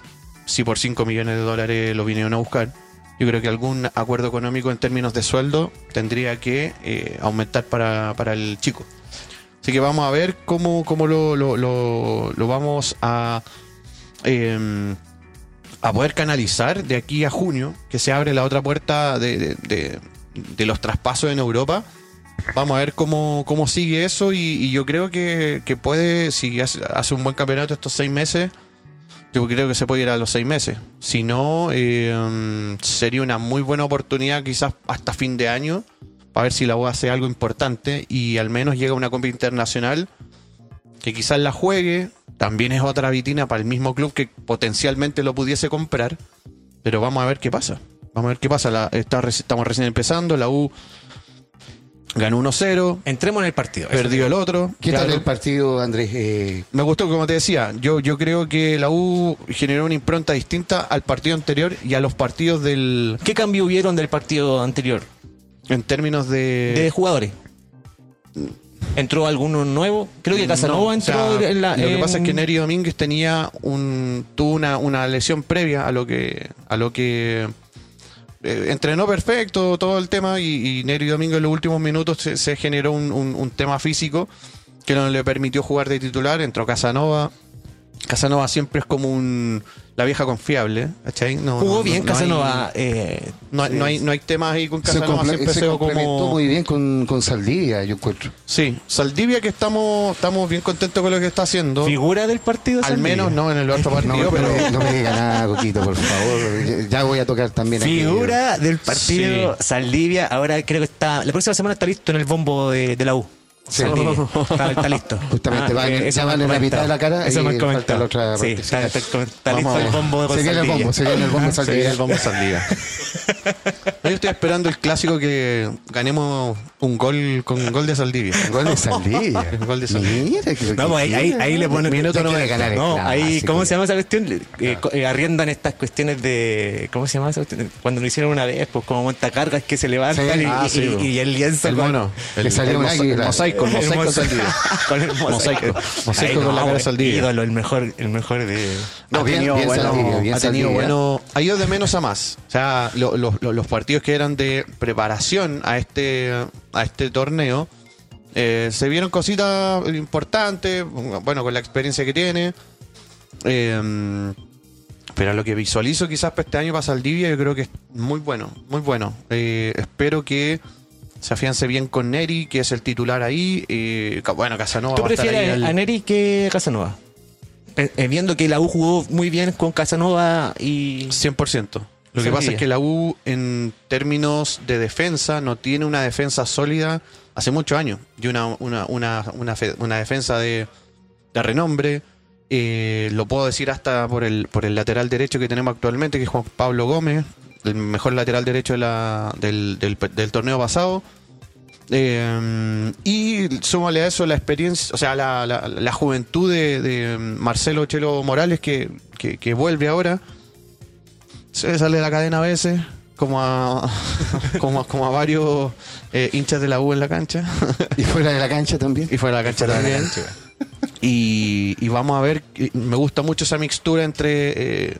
[SPEAKER 2] si por 5 millones de dólares lo vinieron a buscar. Yo creo que algún acuerdo económico en términos de sueldo tendría que eh, aumentar para, para el chico. Así que vamos a ver cómo, cómo lo, lo- lo- lo vamos a, eh, a poder canalizar de aquí a junio, que se abre la otra puerta de, de- de- de los traspasos en Europa. Vamos a ver cómo, cómo sigue eso y, y yo creo que, que puede, si hace, hace un buen campeonato estos seis meses, yo creo que se puede ir a los seis meses. Si no, eh, sería una muy buena oportunidad quizás hasta fin de año para ver si la U hace algo importante y al menos llega a una Copa Internacional que quizás la juegue. También es otra vitina para el mismo club que potencialmente lo pudiese comprar. Pero vamos a ver qué pasa. Vamos a ver qué pasa. La- está reci- estamos recién empezando. La U ganó 1-0,
[SPEAKER 1] Entremos en el partido.
[SPEAKER 2] perdió el otro.
[SPEAKER 3] ¿Qué
[SPEAKER 2] Claro.
[SPEAKER 3] tal el partido, Andrés? Eh,
[SPEAKER 2] Me gustó, como te decía, yo, yo creo que la U generó una impronta distinta al partido anterior y a los partidos del
[SPEAKER 1] ¿Qué cambio hubieron del partido anterior?
[SPEAKER 2] en términos de...
[SPEAKER 1] de jugadores. ¿Entró alguno nuevo? Creo que Casanova
[SPEAKER 2] No, o sea,
[SPEAKER 1] entró en la.
[SPEAKER 2] Lo que
[SPEAKER 1] en-
[SPEAKER 2] pasa es que Neri Domínguez tenía un, tuvo una, una lesión previa a lo que, a lo que eh, entrenó perfecto todo el tema y, y Negro y Domingo en los últimos minutos se, se generó un, un- un tema físico que no le permitió jugar de titular, entró Casanova. Casanova siempre es como un la vieja confiable, ¿cachai? No,
[SPEAKER 1] Jugó
[SPEAKER 2] no-
[SPEAKER 1] bien
[SPEAKER 2] no- no hay-
[SPEAKER 1] Casanova. eh,
[SPEAKER 2] No, hay- no hay, no hay temas ahí con
[SPEAKER 3] Se,
[SPEAKER 2] Casanova,
[SPEAKER 3] comple-
[SPEAKER 2] siempre
[SPEAKER 3] se
[SPEAKER 2] se ve
[SPEAKER 3] complementó
[SPEAKER 2] como...
[SPEAKER 3] muy bien con, con Saldivia, yo encuentro.
[SPEAKER 2] Sí, Saldivia que estamos, estamos bien contentos con lo que está haciendo.
[SPEAKER 1] figura del partido.
[SPEAKER 2] Al
[SPEAKER 1] Saldivia.
[SPEAKER 2] menos no en el otro
[SPEAKER 3] No,
[SPEAKER 2] partido, pero...
[SPEAKER 3] no, no me diga nada, Coquito, por favor. Ya- Ya voy a tocar también aquí.
[SPEAKER 1] Figura del partido Saldivia. Ahora creo que está. La próxima semana está listo en el bombo de, de la U.
[SPEAKER 3] Sí.
[SPEAKER 1] Saldivia. Está, está listo.
[SPEAKER 3] Justamente, va en-
[SPEAKER 1] eh,
[SPEAKER 3] ya
[SPEAKER 1] me
[SPEAKER 3] va en
[SPEAKER 1] han
[SPEAKER 3] la
[SPEAKER 1] comentado.
[SPEAKER 3] mitad de la cara
[SPEAKER 1] Eso
[SPEAKER 3] y
[SPEAKER 1] me han
[SPEAKER 3] falta la
[SPEAKER 1] comentado.
[SPEAKER 3] otra
[SPEAKER 1] sí,
[SPEAKER 3] parte.
[SPEAKER 1] está, está- está listo
[SPEAKER 2] Vamos
[SPEAKER 1] el
[SPEAKER 2] a-
[SPEAKER 1] bombo de
[SPEAKER 3] Se viene el
[SPEAKER 1] Saldivia. Ah,
[SPEAKER 3] bombo, se viene el bombo
[SPEAKER 2] Se viene
[SPEAKER 3] Saldivia.
[SPEAKER 2] el bombo Saldivia. No, yo estoy esperando el clásico que ganemos un gol con un gol de Saldivia.
[SPEAKER 3] Gol de Saldivia.
[SPEAKER 2] Gol de Saldivia.
[SPEAKER 3] Mira que lo que-
[SPEAKER 1] No, pues ahí, ahí, ahí le ponen.
[SPEAKER 3] Minuto
[SPEAKER 1] no,
[SPEAKER 3] 90. ganar el
[SPEAKER 1] No, ahí,
[SPEAKER 3] clásico.
[SPEAKER 1] ¿cómo se llama esa cuestión? Eh,
[SPEAKER 3] Ah.
[SPEAKER 1] co- eh, arriendan estas cuestiones de. ¿Cómo se llama esa cuestión? Cuando lo hicieron una vez, pues como montacargas que se levantan
[SPEAKER 3] Sí.
[SPEAKER 1] y,
[SPEAKER 3] Ah,
[SPEAKER 1] y-
[SPEAKER 2] sí,
[SPEAKER 1] y-
[SPEAKER 2] bueno.
[SPEAKER 1] y el lienzo.
[SPEAKER 2] El
[SPEAKER 1] con-
[SPEAKER 2] mono.
[SPEAKER 3] Le salió un
[SPEAKER 2] mosa-
[SPEAKER 3] águila.
[SPEAKER 2] mosaico. El mosaico
[SPEAKER 1] mosa-
[SPEAKER 2] Saldivia.
[SPEAKER 1] Con el mosaico.
[SPEAKER 2] Mosaico. Mosaico
[SPEAKER 1] Ay,
[SPEAKER 2] con la cara
[SPEAKER 1] güey,
[SPEAKER 2] de Saldivia.
[SPEAKER 1] Ídolo, el mejor, el mejor de.
[SPEAKER 3] No,
[SPEAKER 2] ha
[SPEAKER 3] bien-
[SPEAKER 2] tenido
[SPEAKER 3] bien
[SPEAKER 2] bueno,
[SPEAKER 3] Saldivia, bien
[SPEAKER 2] ha tenido
[SPEAKER 3] Saldivia.
[SPEAKER 2] bueno, ha ido de menos a más. O sea, lo- lo- lo- los partidos que eran de preparación a este a este torneo eh, se vieron cositas importantes, bueno, con la experiencia que tiene. Eh, pero lo que visualizo quizás para este año para Saldivia, yo creo que es muy bueno, muy bueno. Eh, espero que se afiance bien con Neri, que es el titular ahí. eh, ca- bueno, Casanova
[SPEAKER 1] ¿Tú
[SPEAKER 2] va a estar ahí
[SPEAKER 1] prefieres
[SPEAKER 2] al-
[SPEAKER 1] a Neri que Casanova? Eh, eh, viendo que la U jugó muy bien con Casanova y.
[SPEAKER 2] 100%. Lo que
[SPEAKER 1] Saldivia.
[SPEAKER 2] pasa es que la U, en términos de defensa, no tiene una defensa sólida hace muchos años. Y una, una, una, una, fe- una defensa de, de renombre. Eh, lo puedo decir hasta por el, por el lateral derecho que tenemos actualmente, que es Juan Pablo Gómez, el mejor lateral derecho de la- del, del- del torneo pasado. Eh, y súmale a eso la experiencia, o sea, la, la- la juventud de, de Marcelo Chelo Morales, que, que- que vuelve ahora. Se sale de la cadena a veces, como a, como, a- como a varios eh, hinchas de la U en la cancha.
[SPEAKER 3] Y fuera de la cancha también.
[SPEAKER 2] Y fuera de la cancha también. Y, y vamos a ver, y me gusta mucho esa mixtura entre... eh,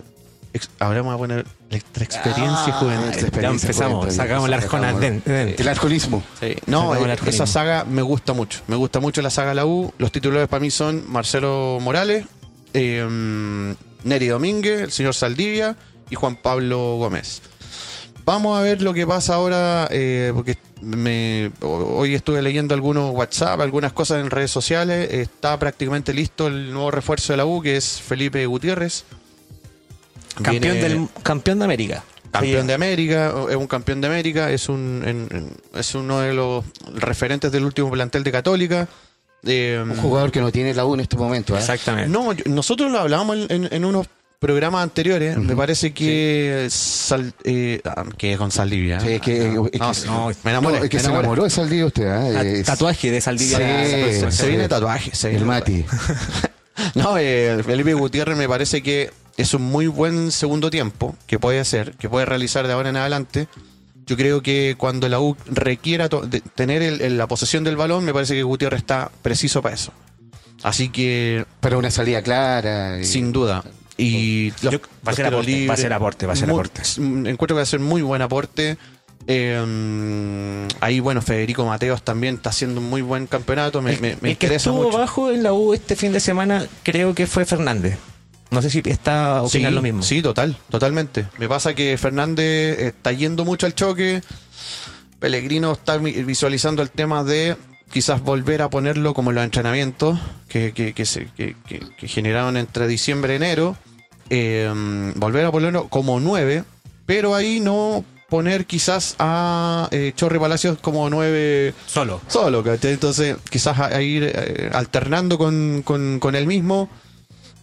[SPEAKER 2] ex- ahora vamos a poner la extra experiencia y juventud.
[SPEAKER 3] extra
[SPEAKER 1] Ya
[SPEAKER 3] experiencia,
[SPEAKER 1] empezamos,
[SPEAKER 3] juventud,
[SPEAKER 1] sacamos la
[SPEAKER 3] sacamos
[SPEAKER 1] arjona. den- den.
[SPEAKER 3] El alcoholismo.
[SPEAKER 2] Sí. No,
[SPEAKER 1] Sacamos
[SPEAKER 2] eh,
[SPEAKER 1] el
[SPEAKER 2] esa
[SPEAKER 1] arconismo.
[SPEAKER 2] saga me gusta mucho. Me gusta mucho la saga La U. Los titulares para mí son Marcelo Morales, eh, Neri Domínguez, el señor Saldivia y Juan Pablo Gómez. Vamos a ver lo que pasa ahora, eh, porque me- ho- hoy estuve leyendo algunos WhatsApp, algunas cosas en redes sociales. Está prácticamente listo el nuevo refuerzo de la U, que es Felipe Gutiérrez.
[SPEAKER 1] Campeón,
[SPEAKER 2] Viene-
[SPEAKER 1] del, campeón de América. eh,
[SPEAKER 2] Campeón de América, o- es un campeón de América, es un en- en- es uno de los referentes del último plantel de Católica. Eh,
[SPEAKER 3] Un jugador que no tiene la U en este momento. ¿ah?
[SPEAKER 1] Exactamente.
[SPEAKER 2] no, yo- nosotros lo hablábamos en, en- en unos programas anteriores. Me parece que Sal- eh, ah, que con Saldivia.
[SPEAKER 3] Sí, es que-
[SPEAKER 2] no,
[SPEAKER 3] es que-
[SPEAKER 2] no, no, me enamoré.
[SPEAKER 3] No, es que
[SPEAKER 2] me
[SPEAKER 3] se
[SPEAKER 2] enamoré.
[SPEAKER 3] enamoró de Saldivia usted. ¿ah?
[SPEAKER 1] Ta-
[SPEAKER 3] Es-
[SPEAKER 1] eh, Tatuaje de Saldivia.
[SPEAKER 3] Sí,
[SPEAKER 1] La- la próxima
[SPEAKER 3] sí.
[SPEAKER 2] Se
[SPEAKER 1] semana.
[SPEAKER 2] viene tatuaje. se viene
[SPEAKER 3] El Mati.
[SPEAKER 2] No, eh, Felipe Gutiérrez me parece que es un muy buen segundo tiempo que puede hacer, que puede realizar de ahora en adelante. Yo creo que cuando la U requiera to- de- tener el- el- la posesión del balón, me parece que Gutiérrez está preciso para eso. Así que,
[SPEAKER 3] Para una salida clara. y-
[SPEAKER 2] sin duda. Y los-
[SPEAKER 1] Yo- va a ser
[SPEAKER 2] los tiros
[SPEAKER 1] aporte,
[SPEAKER 2] libres,
[SPEAKER 1] va a ser aporte, va a ser
[SPEAKER 2] muy-
[SPEAKER 1] aporte.
[SPEAKER 2] mm, Encuentro que va a ser muy buen aporte. Eh, ahí, bueno, Federico Mateos también está haciendo un muy buen campeonato. Me,
[SPEAKER 1] El-
[SPEAKER 2] me- me
[SPEAKER 1] el que
[SPEAKER 2] interesa
[SPEAKER 1] estuvo
[SPEAKER 2] mucho.
[SPEAKER 1] bajo en la U este fin de semana creo que fue Fernández. No sé si está
[SPEAKER 2] Sí,
[SPEAKER 1] opinando lo mismo.
[SPEAKER 2] Sí, total, totalmente. Me pasa que Fernández está yendo mucho al choque. Pellegrino está vi- visualizando el tema de quizás volver a ponerlo como en los entrenamientos que, que- que se, que- que- que generaron entre diciembre y enero. Eh, volver a ponerlo como 9, pero ahí no poner quizás a eh, Chorri Palacios como 9
[SPEAKER 1] Solo.
[SPEAKER 2] solo, ¿cachai? Entonces, quizás a, a ir eh, alternando con, con, con él mismo.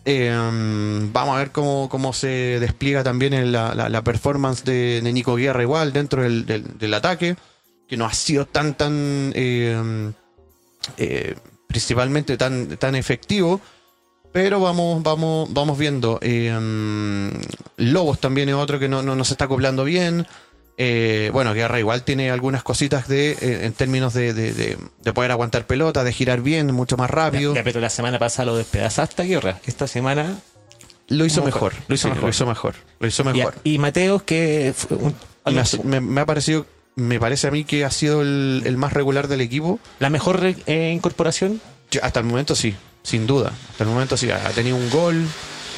[SPEAKER 2] Eh, mm, vamos a ver cómo, cómo se despliega también en la, la- la performance de, de Nico Guerra igual dentro del, del- del ataque, que no ha sido tan, tan, eh, mm, eh, principalmente tan, tan efectivo. Pero vamos, vamos, vamos viendo. Eh, mm, Lobos también es otro que no, no, no se está acoplando bien. Eh, bueno, Guerra igual tiene algunas cositas de, eh, en términos de, de- de- de poder aguantar pelota, de girar bien, mucho más rápido.
[SPEAKER 1] Pero la semana pasada lo despedazaste, Guerra. Esta semana
[SPEAKER 2] Lo hizo
[SPEAKER 1] Mejor.
[SPEAKER 2] mejor.
[SPEAKER 1] Lo hizo
[SPEAKER 2] Sí,
[SPEAKER 1] mejor.
[SPEAKER 2] Lo hizo mejor. Lo hizo mejor.
[SPEAKER 1] Y, y Mateos, que fue un-
[SPEAKER 2] Me, ha- me- me ha parecido, me parece a mí que ha sido el, el más regular del equipo.
[SPEAKER 1] ¿La mejor re- eh, incorporación?
[SPEAKER 2] Yo- hasta el momento sí, sin duda. Hasta el momento sí, ha ha tenido un gol.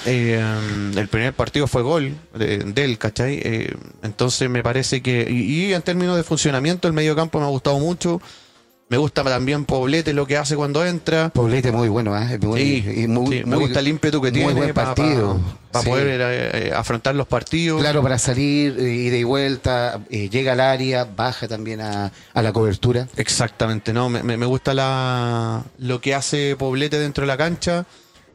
[SPEAKER 2] eh, el primer partido fue gol de, de él, ¿cachai? Eh, entonces me parece que. Y, y en términos de funcionamiento, el medio campo me ha gustado mucho. Me gusta también Poblete lo que hace cuando entra.
[SPEAKER 3] Poblete muy bueno, ¿eh? Es muy-
[SPEAKER 2] Sí,
[SPEAKER 3] y muy-
[SPEAKER 2] sí, me
[SPEAKER 3] muy-
[SPEAKER 2] gusta el ímpetu que
[SPEAKER 3] muy
[SPEAKER 2] tiene eh,
[SPEAKER 3] buen
[SPEAKER 2] para-
[SPEAKER 3] partido.
[SPEAKER 2] para, para
[SPEAKER 3] Sí.
[SPEAKER 2] poder eh, eh, afrontar los partidos.
[SPEAKER 3] Claro, para salir, eh, ida y vuelta, eh, llega al área, baja también a, a la cobertura.
[SPEAKER 2] Exactamente, no, me, me- me gusta la, lo que hace Poblete dentro de la cancha.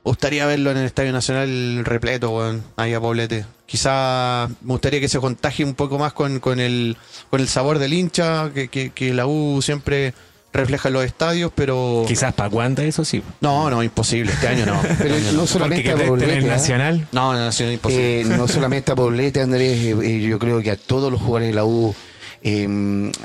[SPEAKER 2] Me gustaría verlo en el Estadio Nacional repleto, weón, ahí a Poblete. Quizá me gustaría que se contagie un poco más con, con el, con el sabor del hincha, que, que- que la U siempre refleja en los estadios, pero...
[SPEAKER 1] Quizás para cuándo eso sí.
[SPEAKER 2] No, no, imposible, este año no. Este
[SPEAKER 3] Pero
[SPEAKER 2] año
[SPEAKER 3] no
[SPEAKER 2] no.
[SPEAKER 1] Porque
[SPEAKER 3] solamente
[SPEAKER 1] que
[SPEAKER 3] a
[SPEAKER 1] te- en
[SPEAKER 3] Poblete.
[SPEAKER 1] el
[SPEAKER 3] ¿eh?
[SPEAKER 1] Nacional.
[SPEAKER 2] No, no, ha sido imposible.
[SPEAKER 3] Eh, no solamente a Poblete, Andrés, eh, eh, yo creo que a todos los jugadores de la U eh,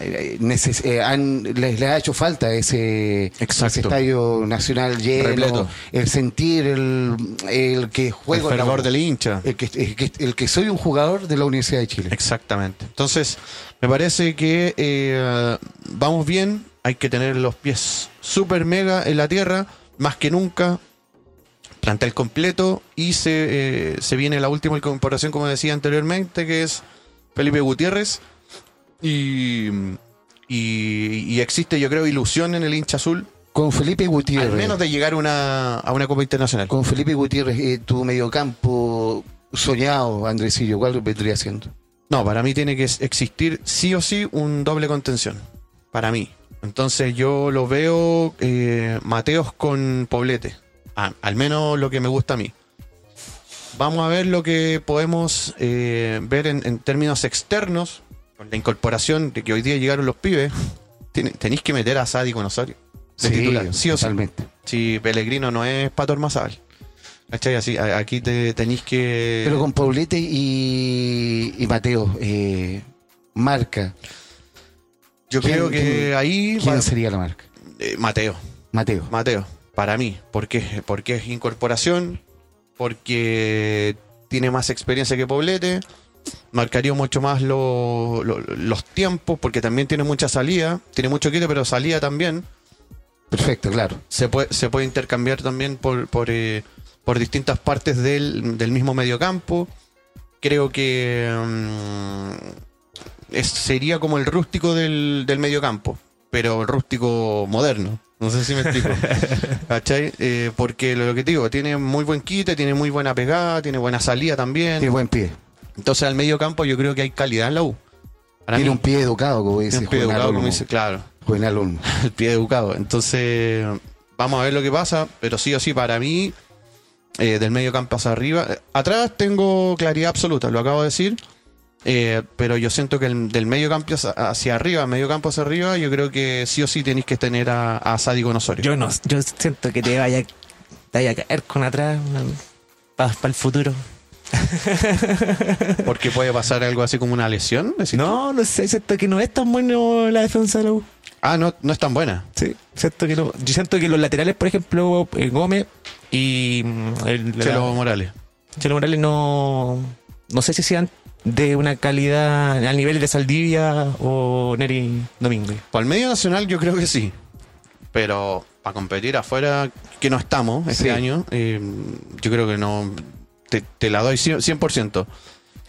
[SPEAKER 3] eh, neces- eh, han- les, les ha hecho falta ese,
[SPEAKER 2] Exacto.
[SPEAKER 3] ese estadio nacional lleno,
[SPEAKER 2] Repleto.
[SPEAKER 3] el sentir, el, el que
[SPEAKER 2] el
[SPEAKER 3] juego, en la
[SPEAKER 2] fervor
[SPEAKER 3] U,
[SPEAKER 2] del hincha.
[SPEAKER 3] el, que, el, que, el que soy un jugador de la Universidad de Chile.
[SPEAKER 2] Exactamente. Entonces, me parece que eh, vamos bien. Hay que tener los pies super mega en la tierra, más que nunca. Plantel completo. Y se, eh, se viene la última incorporación, como decía anteriormente, que es Felipe Gutiérrez. Y, y- y existe, yo creo, ilusión en el hincha azul,
[SPEAKER 3] Con Felipe Gutiérrez.
[SPEAKER 2] al menos de llegar una, a una Copa Internacional.
[SPEAKER 3] Con Felipe Gutiérrez, eh, tu mediocampo soñado, Andresillo, ¿cuál vendría siendo?
[SPEAKER 2] No, para mí tiene que existir sí o sí un doble contención. Para mí. Entonces yo lo veo eh, Mateos con Poblete. A- al menos lo que me gusta a mí. Vamos a ver lo que podemos eh, ver en, en términos externos. Con la incorporación de que hoy día llegaron los pibes. Tiene- Tenéis que meter a Sadi con Osorio. De titular. Sí o sí.
[SPEAKER 3] totalmente.
[SPEAKER 2] Si Pellegrino no es Pato Armazábal. ¿Cachai? Así, a- aquí te, tenéis que.
[SPEAKER 3] Pero con Paulete y, y Mateo, eh, marca.
[SPEAKER 2] yo
[SPEAKER 3] ¿quién-
[SPEAKER 2] creo que
[SPEAKER 3] quién-
[SPEAKER 2] ahí.
[SPEAKER 3] ¿Quién
[SPEAKER 2] va-
[SPEAKER 3] sería la marca?
[SPEAKER 2] eh, Mateo.
[SPEAKER 3] Mateo.
[SPEAKER 2] Mateo, para mí, ¿por qué? Porque es incorporación, porque tiene más experiencia que Poblete, marcaría mucho más lo- lo- los tiempos, porque también tiene mucha salida, tiene mucho quite, pero salida también.
[SPEAKER 3] Perfecto, claro.
[SPEAKER 2] Se puede, se puede intercambiar también por, por, eh, por distintas partes del, del mismo mediocampo. Creo que mm, es- sería como el rústico del, del mediocampo, pero el rústico moderno. No sé si me explico. ¿Cachai? Eh, porque lo, lo que te digo, tiene muy buen quite, tiene muy buena pegada, tiene buena salida también.
[SPEAKER 3] Tiene buen pie.
[SPEAKER 2] Entonces al mediocampo yo creo que hay calidad en la U. Para
[SPEAKER 3] Tiene
[SPEAKER 2] mí,
[SPEAKER 3] un pie educado, como dice
[SPEAKER 2] tiene un pie
[SPEAKER 3] Juvenal
[SPEAKER 2] educado, como
[SPEAKER 3] Olmo.
[SPEAKER 2] dice, claro
[SPEAKER 3] Juvenal Olmo.
[SPEAKER 2] el pie educado. Entonces, vamos a ver lo que pasa, pero sí o sí, para mí, eh, del medio campo hacia arriba. eh, Atrás tengo claridad absoluta, lo acabo de decir. eh, pero yo siento que el- del medio campo hacia, hacia arriba, medio campo hacia arriba, yo creo que sí o sí tenéis que tener a, a Sadi con Osorio.
[SPEAKER 1] Yo no, yo siento que te vaya, te vaya a caer con atrás para el futuro.
[SPEAKER 2] Porque puede pasar algo así como una lesión. decís tú.
[SPEAKER 1] No, no sé, siento que no es tan bueno la defensa de la U.
[SPEAKER 2] Ah, no, no es tan buena.
[SPEAKER 1] Sí, siento que no. Yo siento que los laterales, por ejemplo, eh, Gómez y mm, el, la-
[SPEAKER 2] Chelo Morales.
[SPEAKER 1] Chelo Morales no, no sé si sean de una calidad al nivel de Saldivia o Neri Domínguez.
[SPEAKER 2] Para el medio nacional yo creo que sí. Pero para competir afuera, que no estamos este
[SPEAKER 3] Sí.
[SPEAKER 2] año, eh, yo creo que no... Te, te la doy 100%.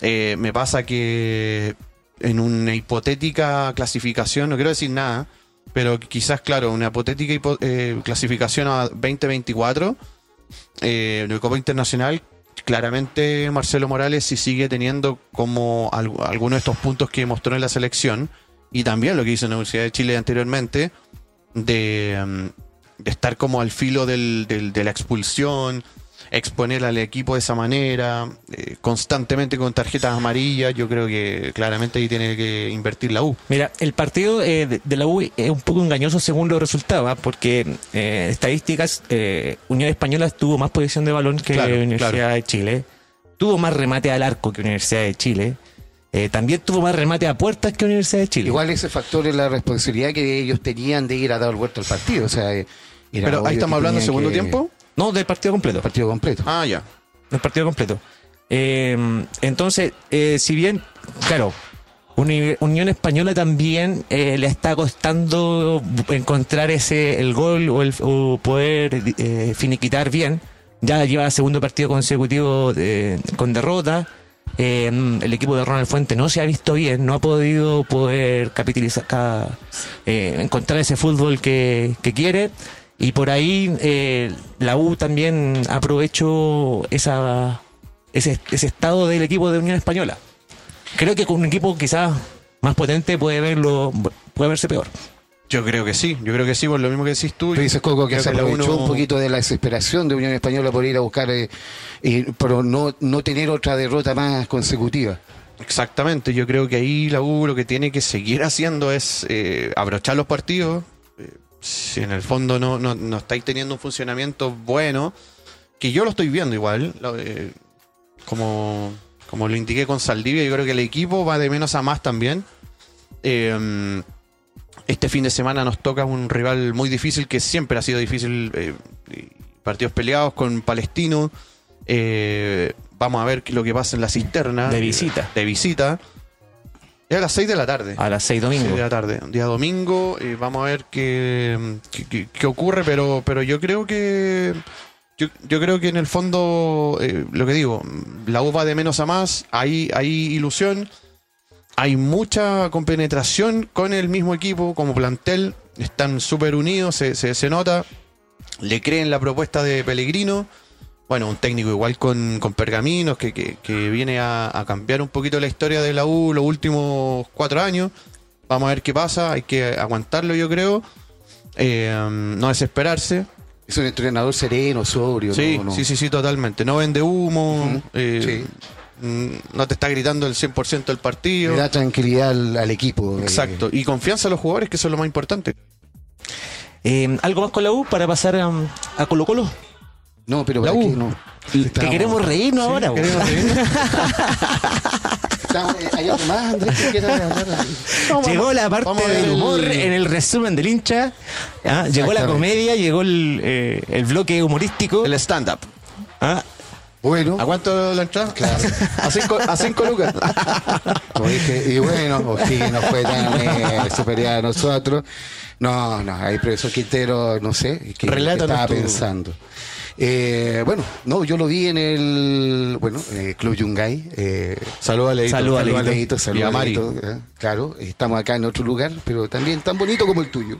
[SPEAKER 2] Eh, me pasa que en una hipotética clasificación, no quiero decir nada, pero quizás, claro, una hipotética hipo- eh, clasificación a 2024 eh, de Copa Internacional, claramente Marcelo Morales si sigue teniendo como al- algunos de estos puntos que mostró en la selección y también lo que hizo en la Universidad de Chile anteriormente, de, mm, de estar como al filo del- del- de la expulsión, exponer al equipo de esa manera, eh, constantemente con tarjetas amarillas, yo creo que claramente ahí tiene que invertir la U.
[SPEAKER 1] Mira, el partido eh, de, de la U es un poco engañoso según los resultados, ¿ah? porque eh, estadísticas, eh, Unión Española tuvo más posición de balón que
[SPEAKER 2] Claro,
[SPEAKER 1] Universidad
[SPEAKER 2] claro.
[SPEAKER 1] de Chile, tuvo más remate al arco que Universidad de Chile, eh, también tuvo más remate a puertas que Universidad de Chile.
[SPEAKER 3] Igual ese factor es la responsabilidad que ellos tenían de ir a dar vuelta al partido. O sea, eh, era
[SPEAKER 2] Pero ahí
[SPEAKER 3] obvio
[SPEAKER 2] estamos
[SPEAKER 3] que
[SPEAKER 2] hablando del
[SPEAKER 3] tenían
[SPEAKER 2] segundo
[SPEAKER 3] que-
[SPEAKER 2] tiempo.
[SPEAKER 1] No, del partido completo.
[SPEAKER 3] Partido completo.
[SPEAKER 2] Ah, ya.
[SPEAKER 1] El partido completo. Eh, entonces, eh, si bien, claro, Uni- Unión Española también eh, le está costando encontrar ese el gol o, el, o poder eh, finiquitar bien. Ya lleva segundo partido consecutivo eh, con derrota. Eh, el equipo de Ronald Fuente no se ha visto bien, no ha podido poder capitalizar, ca- eh, encontrar ese fútbol que, que quiere. Y por ahí eh, la U también aprovechó esa, ese, ese estado del equipo de Unión Española. Creo que con un equipo quizás más potente puede verlo puede verse peor.
[SPEAKER 2] Yo creo que sí, yo creo que sí, por lo mismo que decís tú.
[SPEAKER 3] Tú dices, Coco, que
[SPEAKER 2] Creo
[SPEAKER 3] se
[SPEAKER 2] la
[SPEAKER 3] aprovechó
[SPEAKER 2] uno-
[SPEAKER 3] un poquito de la desesperación de Unión Española por ir a buscar, eh, eh, pero no, no tener otra derrota más consecutiva.
[SPEAKER 2] Exactamente, yo creo que ahí la U lo que tiene que seguir haciendo es eh, abrochar los partidos. Eh, si en el fondo no, no, no estáis teniendo un funcionamiento bueno, que yo lo estoy viendo igual, lo, eh, como, como lo indiqué con Saldivia, yo creo que el equipo va de menos a más también. Eh, este fin de semana nos toca un rival muy difícil, que siempre ha sido difícil, eh, y partidos peleados con Palestino. Eh, vamos a ver qué- lo que pasa en la cisterna.
[SPEAKER 1] De visita.
[SPEAKER 2] De visita. Es a las 6 de la tarde.
[SPEAKER 1] A las seis Ah, domingo.
[SPEAKER 2] Seis de la tarde. Un día domingo. eh, vamos a ver qué, qué- qué- qué ocurre, pero, pero yo creo que. Yo, yo creo que en el fondo, eh, lo que digo, la U va de menos a más. Hay, hay ilusión. Hay mucha compenetración con el mismo equipo como plantel. Están súper unidos, se, se- se nota. Le creen la propuesta de Pellegrino. Bueno, un técnico igual con, con pergaminos que, que- que viene a, a cambiar un poquito la historia de la U los últimos cuatro años. Vamos a ver qué pasa, hay que aguantarlo yo creo. Eh, no desesperarse.
[SPEAKER 3] Es un entrenador sereno, sobrio.
[SPEAKER 2] Sí,
[SPEAKER 3] no, no.
[SPEAKER 2] sí, sí, sí, totalmente. No vende humo, eh,
[SPEAKER 3] sí.
[SPEAKER 2] mm, no te está gritando el 100% del partido.
[SPEAKER 3] Le da tranquilidad al, al equipo. eh.
[SPEAKER 2] Exacto. Y confianza a los jugadores, que eso es lo más importante.
[SPEAKER 1] Eh, ¿Algo más con la U para pasar a, a Colo Colo?
[SPEAKER 3] No, pero
[SPEAKER 1] La
[SPEAKER 3] ¿para
[SPEAKER 1] U.
[SPEAKER 3] qué no?
[SPEAKER 1] Que queremos reírnos ahora. bo.
[SPEAKER 3] Estamos- ¿Hay algo más, Andrés, que quieras hablar?
[SPEAKER 1] Llegó la
[SPEAKER 2] vamos
[SPEAKER 1] parte
[SPEAKER 2] a ver
[SPEAKER 1] del
[SPEAKER 2] el-
[SPEAKER 1] humor en el resumen del hincha. Ah, Llegó la
[SPEAKER 3] Exactamente.
[SPEAKER 1] comedia, llegó el, eh, el bloque humorístico.
[SPEAKER 2] El stand-up.
[SPEAKER 1] Ah,
[SPEAKER 3] Bueno,
[SPEAKER 2] ¿A cuánto la entrada? A cinco, a cinco lucas.
[SPEAKER 3] Como dije, y bueno, O'Higgins no fue tan eh, superior a nosotros. No, no, ahí profesor Quintero, no sé, que
[SPEAKER 2] Relátanos
[SPEAKER 3] estaba
[SPEAKER 2] tú.
[SPEAKER 3] pensando. Eh, bueno, no, yo lo vi en el bueno, eh, Club Yungay. Eh,
[SPEAKER 2] Saludos a Leito.
[SPEAKER 1] Saludos a
[SPEAKER 3] saludos a
[SPEAKER 1] Leito.
[SPEAKER 3] Leito,
[SPEAKER 2] Y
[SPEAKER 3] saludos
[SPEAKER 2] a
[SPEAKER 3] a
[SPEAKER 2] Mari.
[SPEAKER 3] Leito, eh, Claro, estamos acá en otro lugar, pero también tan bonito como el tuyo.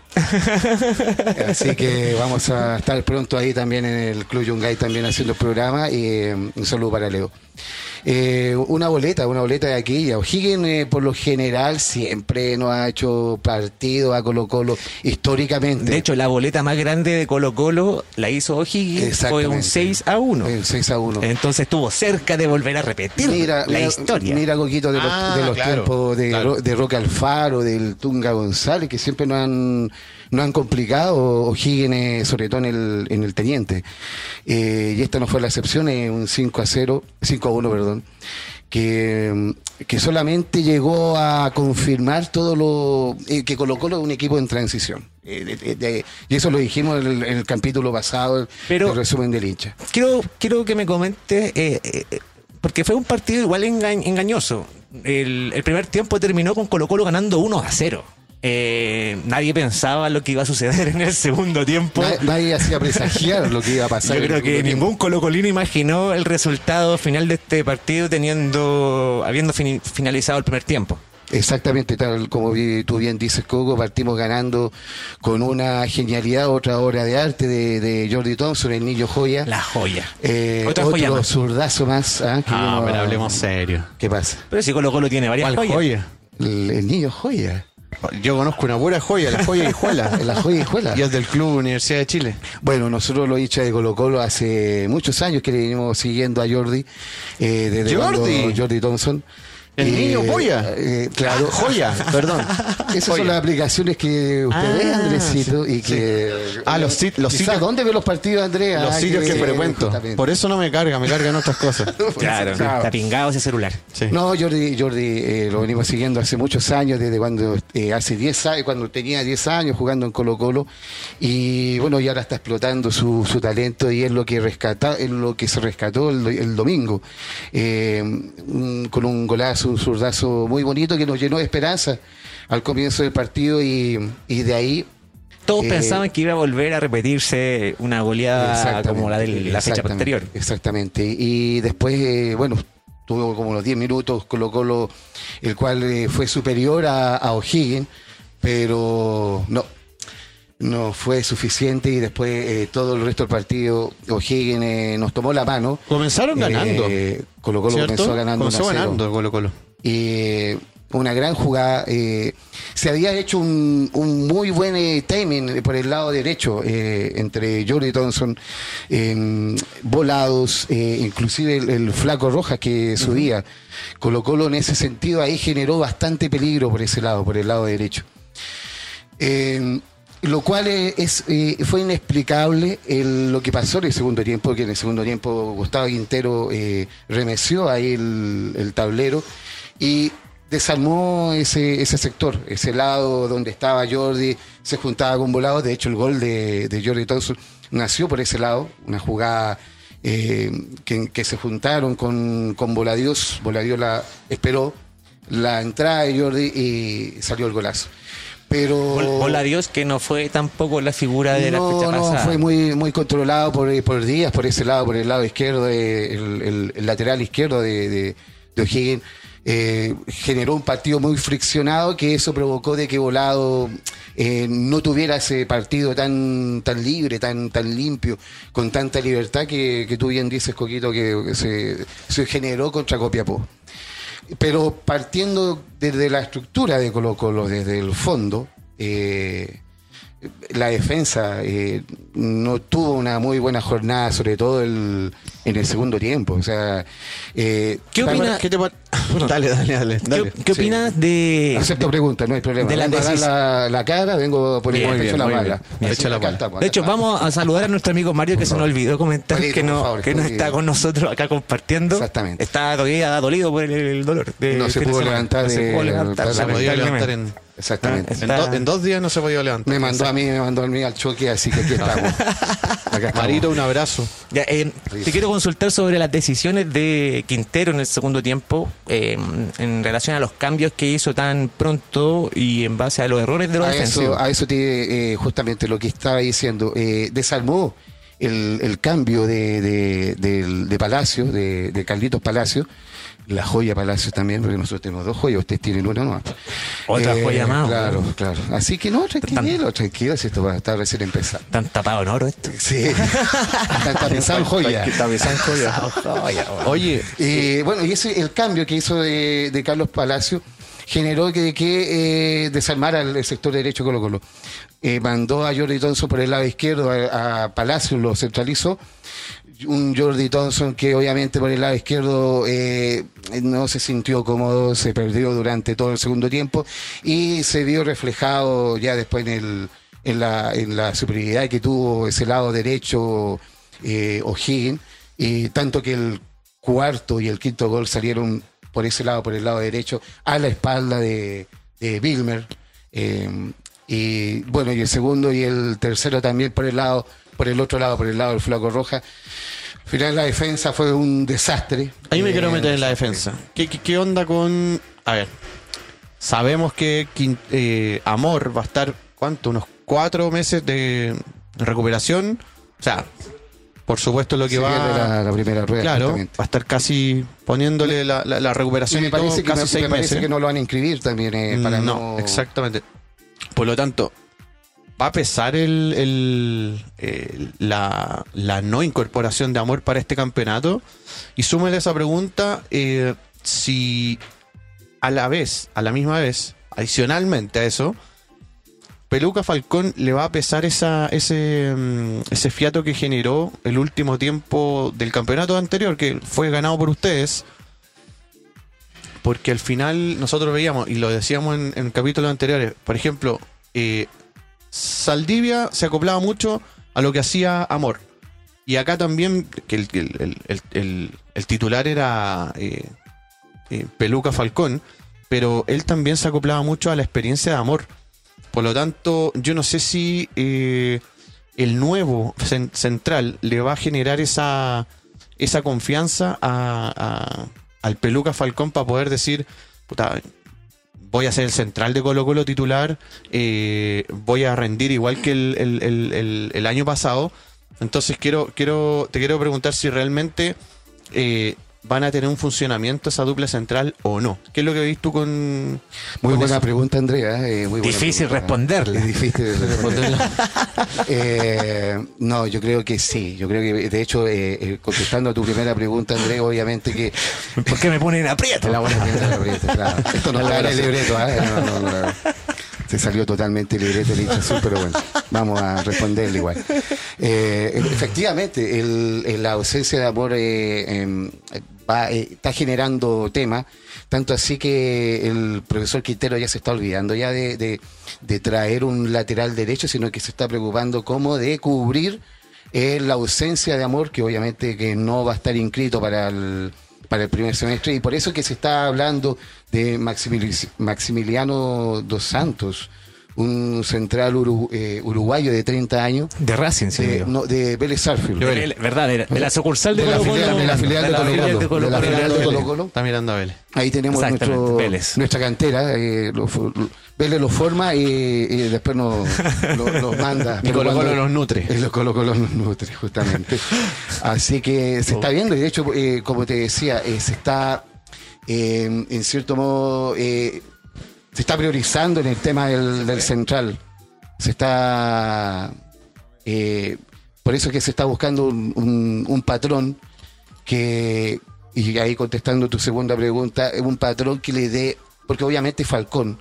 [SPEAKER 3] Así que vamos a estar pronto ahí también en el Club Yungay también haciendo el programa. Eh, un saludo para Leo. Eh, una boleta, una boleta de aquí. ya. O'Higgins, eh, por lo general, siempre nos ha hecho partido a Colo Colo históricamente.
[SPEAKER 1] de hecho, la boleta más grande de Colo Colo la hizo O'Higgins. Fue un
[SPEAKER 3] Exactamente.
[SPEAKER 1] 6 a Eh, 1.
[SPEAKER 3] El 6 a 1.
[SPEAKER 1] Entonces estuvo cerca de volver a repetir la historia.
[SPEAKER 3] Mira, Coquito, de los,
[SPEAKER 2] Ah,
[SPEAKER 3] de los
[SPEAKER 2] claro,
[SPEAKER 3] tiempos de,
[SPEAKER 2] claro.
[SPEAKER 3] Ro- de Roque Alfaro, del Tunga González, que siempre no han, no han complicado O'Higgins, eh, sobre todo en el, en el Teniente. Eh, y esta no fue la excepción, es un 5 a 0, 5 a 1, perdón. Que, mm, que solamente llegó a confirmar todo lo eh, que colocó un equipo en transición. Eh, de- de- de- y eso lo dijimos en el, en el capítulo pasado,
[SPEAKER 1] Pero-
[SPEAKER 3] el resumen del hincha.
[SPEAKER 1] quiero, quiero que me comente, eh, eh, eh, porque fue un partido igual enga- engañoso. El, el primer tiempo terminó con Colo Colo ganando 1 a 0. Eh, nadie pensaba lo que iba a suceder en el segundo tiempo.
[SPEAKER 3] Nadie, nadie hacía presagiar lo que iba a
[SPEAKER 1] Yo
[SPEAKER 3] pasar. en el
[SPEAKER 1] creo que
[SPEAKER 3] segundo tiempo.
[SPEAKER 1] ningún colocolino imaginó el resultado final de este partido teniendo habiendo fini- finalizado el primer tiempo.
[SPEAKER 3] Exactamente, tal como bi- tú bien dices, Coco, partimos ganando con una genialidad, otra obra de arte de, de Jordi Thompson, el niño joya.
[SPEAKER 1] La joya.
[SPEAKER 3] Eh,
[SPEAKER 1] Otra
[SPEAKER 3] otro
[SPEAKER 1] joya más.
[SPEAKER 3] zurdazo más. ¿ah? Que
[SPEAKER 2] Ah,
[SPEAKER 3] vino
[SPEAKER 2] pero
[SPEAKER 3] a-
[SPEAKER 2] hablemos serio.
[SPEAKER 3] ¿Qué pasa?
[SPEAKER 1] Pero si Colo Colo tiene varias joyas.
[SPEAKER 3] El, el niño joya.
[SPEAKER 2] Yo conozco una buena joya, la joya Hijuela.
[SPEAKER 3] La joya hijuela.
[SPEAKER 2] y es del Club Universidad de Chile.
[SPEAKER 3] Bueno, nosotros los hinchas de Colo Colo hace muchos años que le venimos siguiendo a Jordi. eh, desde
[SPEAKER 2] Jordi.
[SPEAKER 3] cuando Jordi Thompson.
[SPEAKER 2] El
[SPEAKER 3] Eh,
[SPEAKER 2] niño joya.
[SPEAKER 3] eh, claro.
[SPEAKER 2] Joya, perdón.
[SPEAKER 3] Esas son
[SPEAKER 2] Joya.
[SPEAKER 3] las aplicaciones que usted ve,
[SPEAKER 1] Ah,
[SPEAKER 3] Andresito, y que...
[SPEAKER 2] Ah, los sit- los
[SPEAKER 3] Quizás,
[SPEAKER 2] sitios-
[SPEAKER 3] ¿Dónde ve los partidos, Andrea?
[SPEAKER 2] Los
[SPEAKER 3] Ah,
[SPEAKER 2] sitios que
[SPEAKER 3] eh,
[SPEAKER 2] frecuento.
[SPEAKER 3] justamente.
[SPEAKER 2] Por eso no me carga, me cargan otras cosas.
[SPEAKER 1] Claro, está pingado ese celular.
[SPEAKER 2] Sí.
[SPEAKER 3] No, Jordi, Jordi eh, lo venimos siguiendo hace muchos años, desde cuando eh, hace 10 años, cuando tenía 10 años jugando en Colo Colo, y bueno, y ahora está explotando su, su talento y es lo que rescata, es lo que se rescató el, el domingo, Eh, un- con un golazo un zurdazo muy bonito que nos llenó de esperanza al comienzo del partido y, y de ahí
[SPEAKER 1] Todos
[SPEAKER 3] Eh,
[SPEAKER 1] pensaban que iba a volver a repetirse una goleada
[SPEAKER 3] Exactamente,
[SPEAKER 1] como la de la fecha
[SPEAKER 3] exactamente,
[SPEAKER 1] posterior.
[SPEAKER 3] Exactamente. Y después, eh, bueno, tuvo como los 10 minutos Colo Colo, el cual eh, fue superior a, a O'Higgins, pero no, no fue suficiente. Y después eh, todo el resto del partido, O'Higgins eh, nos tomó la mano.
[SPEAKER 2] Comenzaron ganando.
[SPEAKER 3] Eh, Colo Colo
[SPEAKER 2] ¿cierto?
[SPEAKER 3] comenzó ganando.
[SPEAKER 2] Comenzó
[SPEAKER 3] 1 a 0.
[SPEAKER 2] ganando Colo Colo.
[SPEAKER 3] Eh, una gran jugada. eh, se había hecho un, un muy buen eh, timing por el lado derecho eh, entre Jordi Thompson, eh, volados, eh, inclusive el, el flaco Rojas que subía. Colo Colo en ese sentido ahí generó bastante peligro por ese lado, por el lado derecho. Eh, lo cual eh, es, eh, fue inexplicable el- lo que pasó en el segundo tiempo, que en el segundo tiempo Gustavo Quintero eh, remeció ahí el, el tablero y desarmó ese, ese sector, ese lado donde estaba Jordi, se juntaba con volados. De hecho, el gol de, de Jordi Thompson nació por ese lado, una jugada eh, que, que se juntaron con, con Voladios. Voladios la esperó la entrada de Jordi y salió el golazo. Pero.
[SPEAKER 1] Oh. Hola Dios, que no fue tampoco la figura de la
[SPEAKER 3] No,
[SPEAKER 1] fecha
[SPEAKER 3] no,
[SPEAKER 1] pasada.
[SPEAKER 3] fue muy, muy controlado por, por Díaz, por ese lado, por el lado izquierdo, de- el, el- el lateral izquierdo de, de, de O'Higgins. eh, generó un partido muy friccionado que eso provocó de que Volado eh, no tuviera ese partido tan, tan libre, tan, tan limpio, con tanta libertad que, que tú bien dices, Coquito, que se, se generó contra Copiapó pero partiendo desde la estructura de Colo Colo, desde el fondo, eh, la defensa eh, no tuvo una muy buena jornada, sobre todo el- en el segundo tiempo. O sea, eh,
[SPEAKER 1] ¿Qué
[SPEAKER 3] para-
[SPEAKER 1] opina-
[SPEAKER 2] ¿Qué te pa- Dale, dale, dale. dale.
[SPEAKER 1] ¿Qué, qué
[SPEAKER 3] sí.
[SPEAKER 1] opinas de,
[SPEAKER 3] Acepto preguntas, no hay problema.
[SPEAKER 1] de la
[SPEAKER 3] vengo a dar
[SPEAKER 1] decis-
[SPEAKER 3] la, la cara, vengo a poner
[SPEAKER 1] Bien,
[SPEAKER 3] la
[SPEAKER 1] bien,
[SPEAKER 3] la
[SPEAKER 1] muy bien.
[SPEAKER 3] bala.
[SPEAKER 1] Bien.
[SPEAKER 3] Así
[SPEAKER 2] Echa la
[SPEAKER 3] acá
[SPEAKER 2] bala.
[SPEAKER 3] estamos,
[SPEAKER 1] De
[SPEAKER 3] acá
[SPEAKER 1] hecho,
[SPEAKER 3] estamos.
[SPEAKER 1] vamos a saludar a nuestro amigo Mario que se nos olvidó comentar
[SPEAKER 3] Marito,
[SPEAKER 1] que no,
[SPEAKER 3] por favor,
[SPEAKER 1] que no
[SPEAKER 3] porque-
[SPEAKER 1] está con nosotros acá compartiendo.
[SPEAKER 3] Exactamente.
[SPEAKER 1] Está todavía dolido por el, el dolor. de-
[SPEAKER 3] No
[SPEAKER 1] fin
[SPEAKER 3] se
[SPEAKER 1] de
[SPEAKER 3] pudo
[SPEAKER 1] semana.
[SPEAKER 3] levantar
[SPEAKER 1] No se
[SPEAKER 3] de-
[SPEAKER 1] pudo levantar,
[SPEAKER 3] de-
[SPEAKER 2] Se podía levantar
[SPEAKER 1] lamentablemente.
[SPEAKER 2] en,
[SPEAKER 3] Exactamente.
[SPEAKER 2] en,
[SPEAKER 1] Está-
[SPEAKER 2] do- en dos días no se podía levantar.
[SPEAKER 3] Me mandó a mí, me mandó a mí al choque, así que aquí estamos. Acá estamos.
[SPEAKER 2] Marito, un abrazo.
[SPEAKER 1] Ya, eh, te quiero consultar sobre las decisiones de Quintero en el segundo tiempo eh, en relación a los cambios que hizo tan pronto y en base a los errores de los
[SPEAKER 3] a eso,
[SPEAKER 1] defensivos.
[SPEAKER 3] a eso te, eh, justamente lo que estaba diciendo, eh, desarmó el, el cambio de, de, del- de Palacio, de, de Carlitos Palacio, la joya Palacio también, porque nosotros tenemos dos joyas, ustedes tienen una nomás. Eh,
[SPEAKER 1] Otra joya más,
[SPEAKER 3] Claro,
[SPEAKER 1] weón.
[SPEAKER 3] claro. Así que no, tranquilo, tranquilo, si esto va a estar recién empezando.
[SPEAKER 1] Tan tapado en oro esto.
[SPEAKER 3] Sí, hasta hasta pensar joya.
[SPEAKER 2] Oye,
[SPEAKER 3] Eh, bueno, y ese el cambio que hizo de, de Carlos Palacio generó que, que, eh, desarmara el, el sector derecho Colo Colo. Eh, mandó a Jordi Thompson por el lado izquierdo, a, a Palacio lo centralizó. Un Jordi Thompson que obviamente por el lado izquierdo eh, no se sintió cómodo, se perdió durante todo el segundo tiempo y se vio reflejado ya después en, el, en, la, en la superioridad que tuvo ese lado derecho eh, O'Higgins, y tanto que el cuarto y el quinto gol salieron por ese lado, por el lado derecho, a la espalda de, de Wilmer. Eh, y bueno, y el segundo y el tercero también por el lado, por el otro lado, por el lado del Flaco Roja. Al final la defensa fue un desastre.
[SPEAKER 2] ahí me
[SPEAKER 3] Eh,
[SPEAKER 2] quiero meter en la defensa. ¿Qué, qué, qué onda con.? A ver. Sabemos que Quin- eh, Amor va a estar, ¿cuánto? Unos cuatro meses de recuperación. O sea, por supuesto lo que
[SPEAKER 3] se
[SPEAKER 2] va.
[SPEAKER 3] pierde la, la primera rueda.
[SPEAKER 2] Claro, va
[SPEAKER 3] justamente.
[SPEAKER 2] a estar casi poniéndole la, la- la
[SPEAKER 3] Y
[SPEAKER 2] recuperación
[SPEAKER 3] me
[SPEAKER 2] y todo,
[SPEAKER 3] parece, que,
[SPEAKER 2] casi
[SPEAKER 3] me- me
[SPEAKER 2] seis
[SPEAKER 3] parece
[SPEAKER 2] meses.
[SPEAKER 3] que no lo van a inscribir también eh, para no,
[SPEAKER 2] no, exactamente. Por lo tanto, ¿va a pesar el, el- el- la, la no incorporación de amor para este campeonato? Y súmele esa pregunta, eh, si a la vez, a la misma vez, adicionalmente a eso, Peluca Falcón le va a pesar esa, ese, mm, ese fiato que generó el último tiempo del campeonato anterior, que fue ganado por ustedes. Porque al final nosotros veíamos, y lo decíamos en, en capítulos anteriores, por ejemplo, eh, Saldivia se acoplaba mucho a lo que hacía Amor. Y acá también, que el, el- el- el- el- el titular era eh, eh, Peluca Falcón, pero él también se acoplaba mucho a la experiencia de Amor. Por lo tanto, yo no sé si eh, el nuevo cen- central le va a generar esa, esa confianza a, al Peluca Falcón para poder decir, puta, voy a ser el central de Colo Colo titular, eh, voy a rendir igual que el, el- el- el- el año pasado. Entonces quiero, quiero, te quiero preguntar si realmente eh, van a tener un funcionamiento esa dupla central o no. ¿Qué es lo que viste tú con...
[SPEAKER 3] Muy
[SPEAKER 2] con
[SPEAKER 3] buena
[SPEAKER 2] eso?
[SPEAKER 3] pregunta, Andrea. eh, muy buena
[SPEAKER 1] Difícil
[SPEAKER 3] pregunta.
[SPEAKER 1] responderla.
[SPEAKER 3] Es difícil de responder. Eh, no, yo creo que sí. Yo creo que, de hecho, eh, eh, contestando a tu primera pregunta, Andrea, obviamente que
[SPEAKER 1] ¿Por qué me ponen aprieto?
[SPEAKER 3] La buena pinta de la prieta, claro. Esto no
[SPEAKER 1] La
[SPEAKER 3] está en el
[SPEAKER 1] buena
[SPEAKER 3] libreto, ¿eh? No, no, no, no. Se salió totalmente el libreto el hincha azul, pero bueno, vamos a responderle igual. Eh, efectivamente, el- el- la ausencia de amor eh, em, va, eh, está generando temas, tanto así que el profesor Quintero ya se está olvidando ya de, de- de traer un lateral derecho, sino que se está preocupando cómo de cubrir eh, la ausencia de amor, que obviamente que no va a estar inscrito para el, para el primer semestre, y por eso que se está hablando de Maximili- Maximiliano dos Santos, un central uru- eh, uruguayo de 30 años,
[SPEAKER 1] De Racing, sí.
[SPEAKER 3] de,
[SPEAKER 1] digo.
[SPEAKER 3] Eh, no, de Vélez Sarsfield.
[SPEAKER 1] De- de- ¿Verdad? De, la- de la sucursal de,
[SPEAKER 3] De la
[SPEAKER 1] Colo-Colo.
[SPEAKER 3] filial- de la filial de Colo-Colo.
[SPEAKER 1] Colo-Colo.
[SPEAKER 3] De la filial de Colo-Colo.
[SPEAKER 2] Está mirando a Vélez.
[SPEAKER 3] Ahí tenemos
[SPEAKER 1] Exactamente,
[SPEAKER 3] nuestro-
[SPEAKER 1] Vélez.
[SPEAKER 3] nuestra cantera. eh, lo for- Vélez lo forma y, y después nos lo- los manda.
[SPEAKER 2] Y
[SPEAKER 3] Pero
[SPEAKER 2] Colo Colo
[SPEAKER 3] cuando-
[SPEAKER 2] los nutre.
[SPEAKER 3] Eh, Los Colo Colo nos nutre, justamente. Así que se está viendo, y de hecho, eh, como te decía, eh, se está, eh, en cierto modo, eh, se está priorizando en el tema del, del central. Se está. eh, por eso es que se está buscando un, un- un patrón que. Y ahí contestando tu segunda pregunta, eh, un patrón que le dé. Porque obviamente Falcón.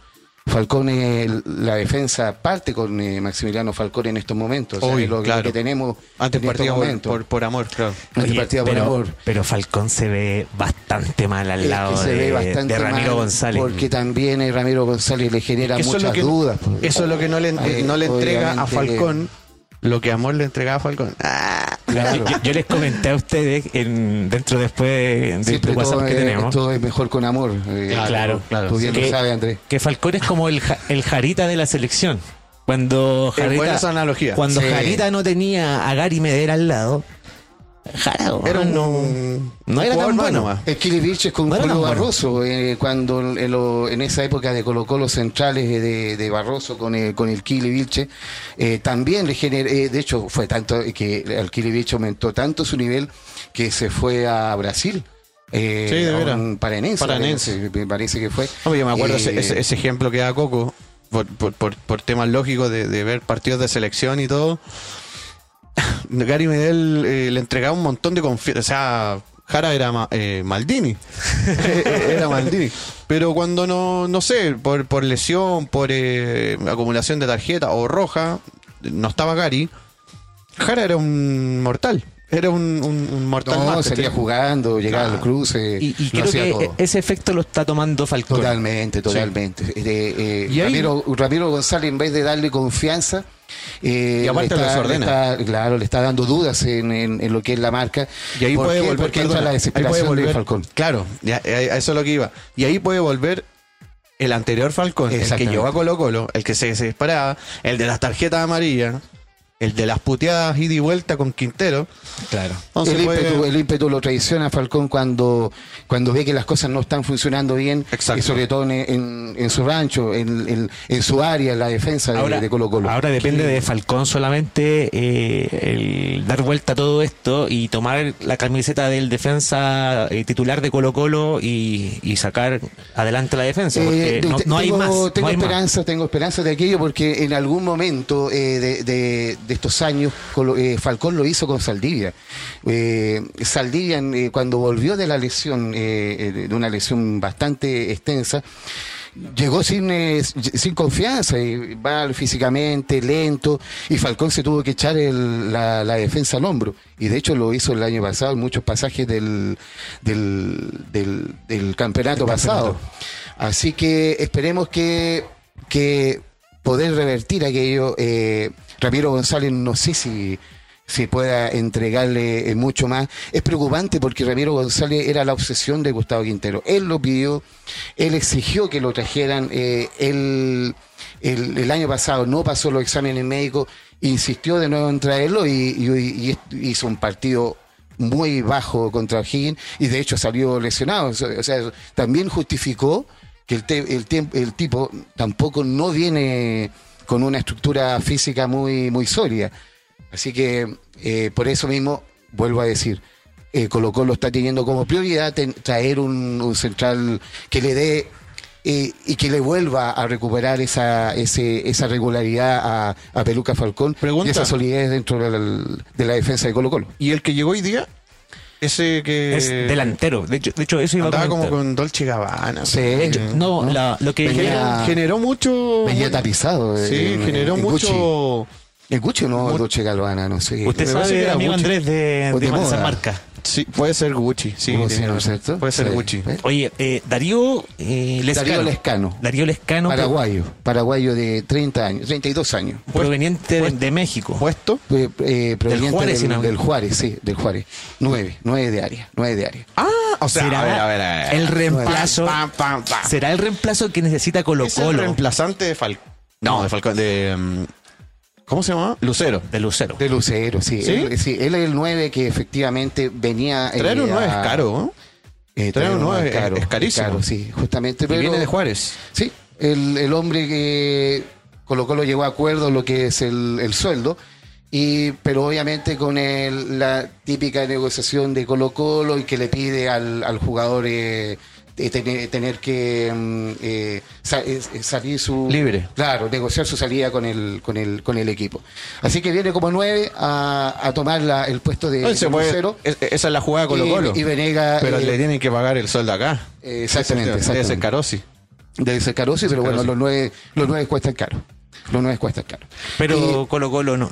[SPEAKER 3] Falcón, eh, la defensa parte con eh, Maximiliano Falcón en estos momentos. O sea,
[SPEAKER 2] Uy,
[SPEAKER 3] es lo, lo
[SPEAKER 2] claro.
[SPEAKER 3] que tenemos
[SPEAKER 2] Antes
[SPEAKER 3] en estos
[SPEAKER 2] partida por,
[SPEAKER 3] momentos.
[SPEAKER 2] por, por amor, claro.
[SPEAKER 3] Antes
[SPEAKER 1] Oye,
[SPEAKER 3] partida por
[SPEAKER 1] pero,
[SPEAKER 3] amor.
[SPEAKER 1] pero Falcón se ve bastante mal al
[SPEAKER 3] Es que
[SPEAKER 1] lado
[SPEAKER 3] se ve
[SPEAKER 1] de,
[SPEAKER 3] bastante
[SPEAKER 1] de Ramiro
[SPEAKER 3] mal
[SPEAKER 1] González.
[SPEAKER 3] Porque también eh, Ramiro González le genera
[SPEAKER 2] Eso es
[SPEAKER 3] muchas
[SPEAKER 2] lo que-
[SPEAKER 3] dudas. pues.
[SPEAKER 2] Eso es lo que no le,
[SPEAKER 3] Ay,
[SPEAKER 2] no le entrega a
[SPEAKER 3] obviamente que-
[SPEAKER 2] Falcón. Lo que Amor le entregaba a Falcón. Ah,
[SPEAKER 3] Claro.
[SPEAKER 1] Yo, yo les comenté a ustedes en, dentro después de- del
[SPEAKER 3] Siempre
[SPEAKER 1] WhatsApp
[SPEAKER 3] todo,
[SPEAKER 1] que
[SPEAKER 3] es,
[SPEAKER 1] tenemos.
[SPEAKER 3] todo es mejor con amor. eh,
[SPEAKER 1] Claro, claro.
[SPEAKER 3] Tú bien lo
[SPEAKER 1] Que-
[SPEAKER 3] sabes, Andrés.
[SPEAKER 1] Que Falcón es como el, ja- el Jarita de la selección. Cuando
[SPEAKER 2] es buena esa
[SPEAKER 1] Jarita,
[SPEAKER 2] analogía.
[SPEAKER 1] cuando
[SPEAKER 3] Sí.
[SPEAKER 1] Jarita no tenía a Gary Medera al lado, Jara
[SPEAKER 2] Era un-
[SPEAKER 1] no, no era tan
[SPEAKER 2] jugador más
[SPEAKER 1] bueno.
[SPEAKER 2] nomás.
[SPEAKER 3] El Kili Birch es con
[SPEAKER 1] No era
[SPEAKER 3] Julio
[SPEAKER 1] tan bueno.
[SPEAKER 3] Barroso, eh, cuando en, lo- en esa época de colocó los centrales eh, de, de Barroso con el, con el Kili Vilche, eh, también le generó, de hecho fue tanto eh, que el Kili Vilche aumentó tanto su nivel que se fue a Brasil. Eh,
[SPEAKER 2] Sí, de
[SPEAKER 3] a
[SPEAKER 2] veras.
[SPEAKER 3] un paranense,
[SPEAKER 2] Paranense.
[SPEAKER 3] parece, me parece que fue.
[SPEAKER 2] No, yo me acuerdo ese,
[SPEAKER 3] Eh,
[SPEAKER 2] ese- ese ejemplo que da Coco, por, por- por- por temas lógicos de, de ver partidos de selección y todo. Gary Medel eh, le entregaba un montón de confianza. O sea, Jara era ma- eh, Maldini. era Maldini. Pero cuando no, no sé, por, por lesión, por eh, acumulación de tarjeta o roja, no estaba Gary. Jara era un mortal. Era un, un- un mortal
[SPEAKER 3] no,
[SPEAKER 2] más,
[SPEAKER 3] salía
[SPEAKER 2] ¿cachai?
[SPEAKER 3] jugando, llegaba
[SPEAKER 2] Claro.
[SPEAKER 3] al cruce,
[SPEAKER 1] Y, y
[SPEAKER 3] lo
[SPEAKER 1] creo
[SPEAKER 3] hacía
[SPEAKER 1] que eh,
[SPEAKER 3] todo.
[SPEAKER 1] ese efecto lo está tomando Falcón.
[SPEAKER 3] Totalmente, totalmente. Eh, eh,
[SPEAKER 2] Y ahí-
[SPEAKER 3] Ramiro, Ramiro González, en vez de darle confianza, eh,
[SPEAKER 2] Y aparte lo
[SPEAKER 3] le está-
[SPEAKER 2] desordena.
[SPEAKER 3] le está- claro, le está dando dudas en, en- en lo que es la marca.
[SPEAKER 2] Y ahí
[SPEAKER 3] ¿Por
[SPEAKER 2] puede
[SPEAKER 3] qué?
[SPEAKER 2] volver
[SPEAKER 3] Porque entra
[SPEAKER 2] perdona,
[SPEAKER 3] la
[SPEAKER 2] ahí
[SPEAKER 3] desesperación
[SPEAKER 2] puede volver-
[SPEAKER 3] de Falcón.
[SPEAKER 2] Claro, ya, ya, ya, eso es lo que iba. Y ahí puede volver el anterior Falcón, el que
[SPEAKER 3] Exactamente.
[SPEAKER 2] llegó a Colo Colo, el que se, se disparaba, el de las tarjetas amarillas, el de las puteadas ida y vuelta con Quintero.
[SPEAKER 1] Claro.
[SPEAKER 2] Entonces
[SPEAKER 3] El
[SPEAKER 2] puede-
[SPEAKER 3] ímpetu, el ímpetu lo traiciona a Falcón cuando, cuando ve que las cosas no están funcionando bien,
[SPEAKER 2] Exacto.
[SPEAKER 3] y sobre todo en, en- en su rancho, en, en- en su área, en la defensa de-
[SPEAKER 1] Ahora,
[SPEAKER 3] de Colo Colo.
[SPEAKER 1] ahora depende de Falcón solamente eh, el dar vuelta a todo esto y tomar la camiseta del defensa eh, titular de Colo Colo y, y sacar adelante la defensa. Porque
[SPEAKER 3] Eh,
[SPEAKER 1] no,
[SPEAKER 3] te-
[SPEAKER 1] no hay
[SPEAKER 3] tengo,
[SPEAKER 1] más. no
[SPEAKER 3] Tengo
[SPEAKER 1] hay más.
[SPEAKER 3] esperanza, tengo esperanza de aquello porque en algún momento eh, de, de- de estos años Colo- eh, Falcón lo hizo con Saldivia. Eh, Saldivia eh, cuando volvió de la lesión, eh, eh, de una lesión bastante extensa, llegó sin, eh, sin confianza, y va físicamente, lento, y Falcón se tuvo que echar el- la, la defensa al hombro. Y de hecho lo hizo el año pasado en muchos pasajes del, del, del- del campeonato pasado. Así que esperemos que, que poder revertir aquello. eh, Ramiro González, no sé si si pueda entregarle eh, mucho más. Es preocupante porque Ramiro González era la obsesión de Gustavo Quintero. Él lo pidió, él exigió que lo trajeran. eh, él, el, el año pasado no pasó los exámenes médicos, insistió de nuevo en traerlo y, y- y hizo un partido muy bajo contra Higgins y de hecho salió lesionado. O sea, o sea, también justificó que el, te- el, tiemp- el tipo tampoco no viene con una estructura física muy, muy sólida. Así que eh, por eso mismo, vuelvo a decir, eh, Colo Colo está teniendo como prioridad ten- traer un, un central que le dé eh, y que le vuelva a recuperar esa, ese- esa regularidad a, a Peluca Falcón
[SPEAKER 2] Pregunta.
[SPEAKER 3] y esa solidez dentro del- de la defensa de Colo Colo.
[SPEAKER 2] Y el que llegó hoy día, ese que.
[SPEAKER 1] es delantero. De hecho, de hecho eso iba a
[SPEAKER 2] Andaba como
[SPEAKER 1] comentar.
[SPEAKER 2] con Dolce Gabbana.
[SPEAKER 3] Sí,
[SPEAKER 2] Eh,
[SPEAKER 1] De hecho, no,
[SPEAKER 3] ¿no?
[SPEAKER 1] la- lo que
[SPEAKER 3] Venía-
[SPEAKER 1] genera-
[SPEAKER 2] Generó, generó mucho.
[SPEAKER 3] Venía tapizado.
[SPEAKER 2] Sí,
[SPEAKER 3] eh, en-
[SPEAKER 2] generó
[SPEAKER 3] en
[SPEAKER 2] mucho.
[SPEAKER 3] Gucci. El Gucci no,
[SPEAKER 2] Mu-
[SPEAKER 3] Dolce Galvana, no sé.
[SPEAKER 1] Usted
[SPEAKER 2] me parece que
[SPEAKER 1] sabe,
[SPEAKER 2] era
[SPEAKER 1] amigo
[SPEAKER 2] Gucci.
[SPEAKER 1] Andrés, de,
[SPEAKER 3] O de
[SPEAKER 1] de
[SPEAKER 3] moda.
[SPEAKER 1] esa marca.
[SPEAKER 2] Sí, puede ser Gucci. Sí,
[SPEAKER 3] Gucci,
[SPEAKER 2] tiene
[SPEAKER 3] ¿no
[SPEAKER 2] razón.
[SPEAKER 3] es cierto?
[SPEAKER 2] Puede ser
[SPEAKER 3] Sí.
[SPEAKER 2] Gucci.
[SPEAKER 3] ¿Eh?
[SPEAKER 1] Oye, eh, Darío, eh, Lescano.
[SPEAKER 3] Darío Lescano.
[SPEAKER 1] Darío Lescano,
[SPEAKER 3] Paraguayo, paraguayo de 30 años, 32 años.
[SPEAKER 1] pro- proveniente de, de México.
[SPEAKER 2] Puesto.
[SPEAKER 3] Eh, eh, proveniente del
[SPEAKER 1] Juárez,
[SPEAKER 3] Juárez,
[SPEAKER 1] si no
[SPEAKER 3] del,
[SPEAKER 1] me-
[SPEAKER 3] Juárez, sí, del Juárez. Nueve, nueve de área, nueve de área.
[SPEAKER 2] Ah, o sea,
[SPEAKER 1] ¿Será
[SPEAKER 2] a ver, a ver, a ver.
[SPEAKER 1] el reemplazo?
[SPEAKER 2] Pam, pam, pam, pam.
[SPEAKER 1] ¿Será el reemplazo que necesita Colo
[SPEAKER 2] Es el
[SPEAKER 1] Colo
[SPEAKER 2] reemplazante de Falcón. No, de Falcón. De, mm, ¿Cómo se llama? Lucero.
[SPEAKER 1] de Lucero?
[SPEAKER 3] De Lucero, sí.
[SPEAKER 2] ¿Sí?
[SPEAKER 3] Él, sí, él es el nueve que efectivamente venía. eh,
[SPEAKER 2] Traer un 9 es
[SPEAKER 3] a-
[SPEAKER 2] caro, ¿no?
[SPEAKER 3] eh,
[SPEAKER 2] Traer un
[SPEAKER 3] un nueve
[SPEAKER 2] nueve es- es carísimo.
[SPEAKER 3] caro, sí, justamente.
[SPEAKER 2] Y
[SPEAKER 3] pero-
[SPEAKER 2] viene de Juárez.
[SPEAKER 3] Sí, el, el hombre que Colo Colo llegó a acuerdo lo que es el, el sueldo, y, pero obviamente con el- la típica negociación de Colo Colo y que le pide al, al jugador eh, de tener, tener que mm, eh, sa- eh, salir su...
[SPEAKER 2] Libre.
[SPEAKER 3] Claro, negociar su salida con el, con el, con el equipo. Así que viene como nueve a, a tomar la- el puesto de,
[SPEAKER 2] No, se
[SPEAKER 3] de
[SPEAKER 2] puede-
[SPEAKER 3] Lucero.
[SPEAKER 2] es- esa es la jugada de Colo
[SPEAKER 3] Y-
[SPEAKER 2] Colo.
[SPEAKER 3] y Venega,
[SPEAKER 2] Pero
[SPEAKER 3] eh,
[SPEAKER 2] le tienen que pagar el sueldo acá.
[SPEAKER 3] Eh, exactamente,
[SPEAKER 2] Debe ser
[SPEAKER 3] exactamente.
[SPEAKER 2] Carosi.
[SPEAKER 3] Debe ser caro, sí, pero bueno,
[SPEAKER 2] Caro, sí.
[SPEAKER 3] los nueve, los nueve cuestan caro. Los nueve cuestan caro.
[SPEAKER 1] Pero Colo Colo no,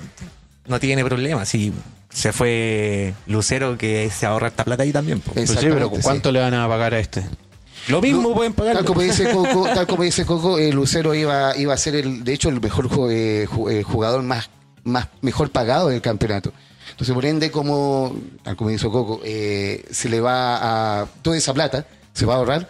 [SPEAKER 1] no tiene problema. Si se fue Lucero, que se ahorra esta plata ahí también. po.
[SPEAKER 3] Eh,
[SPEAKER 2] Pues sí, pero
[SPEAKER 3] Exactamente,
[SPEAKER 2] ¿cuánto le van a pagar a este?
[SPEAKER 1] Lo mismo
[SPEAKER 3] No,
[SPEAKER 1] pueden pagar.
[SPEAKER 3] Tal como dice Coco, tal como dice Coco, eh, Lucero iba, iba a ser el, de hecho, el mejor ju- eh, ju- eh, jugador más, más mejor pagado del campeonato. Entonces, por ende, como tal como dice Coco, eh, se le va a toda esa plata, se va a ahorrar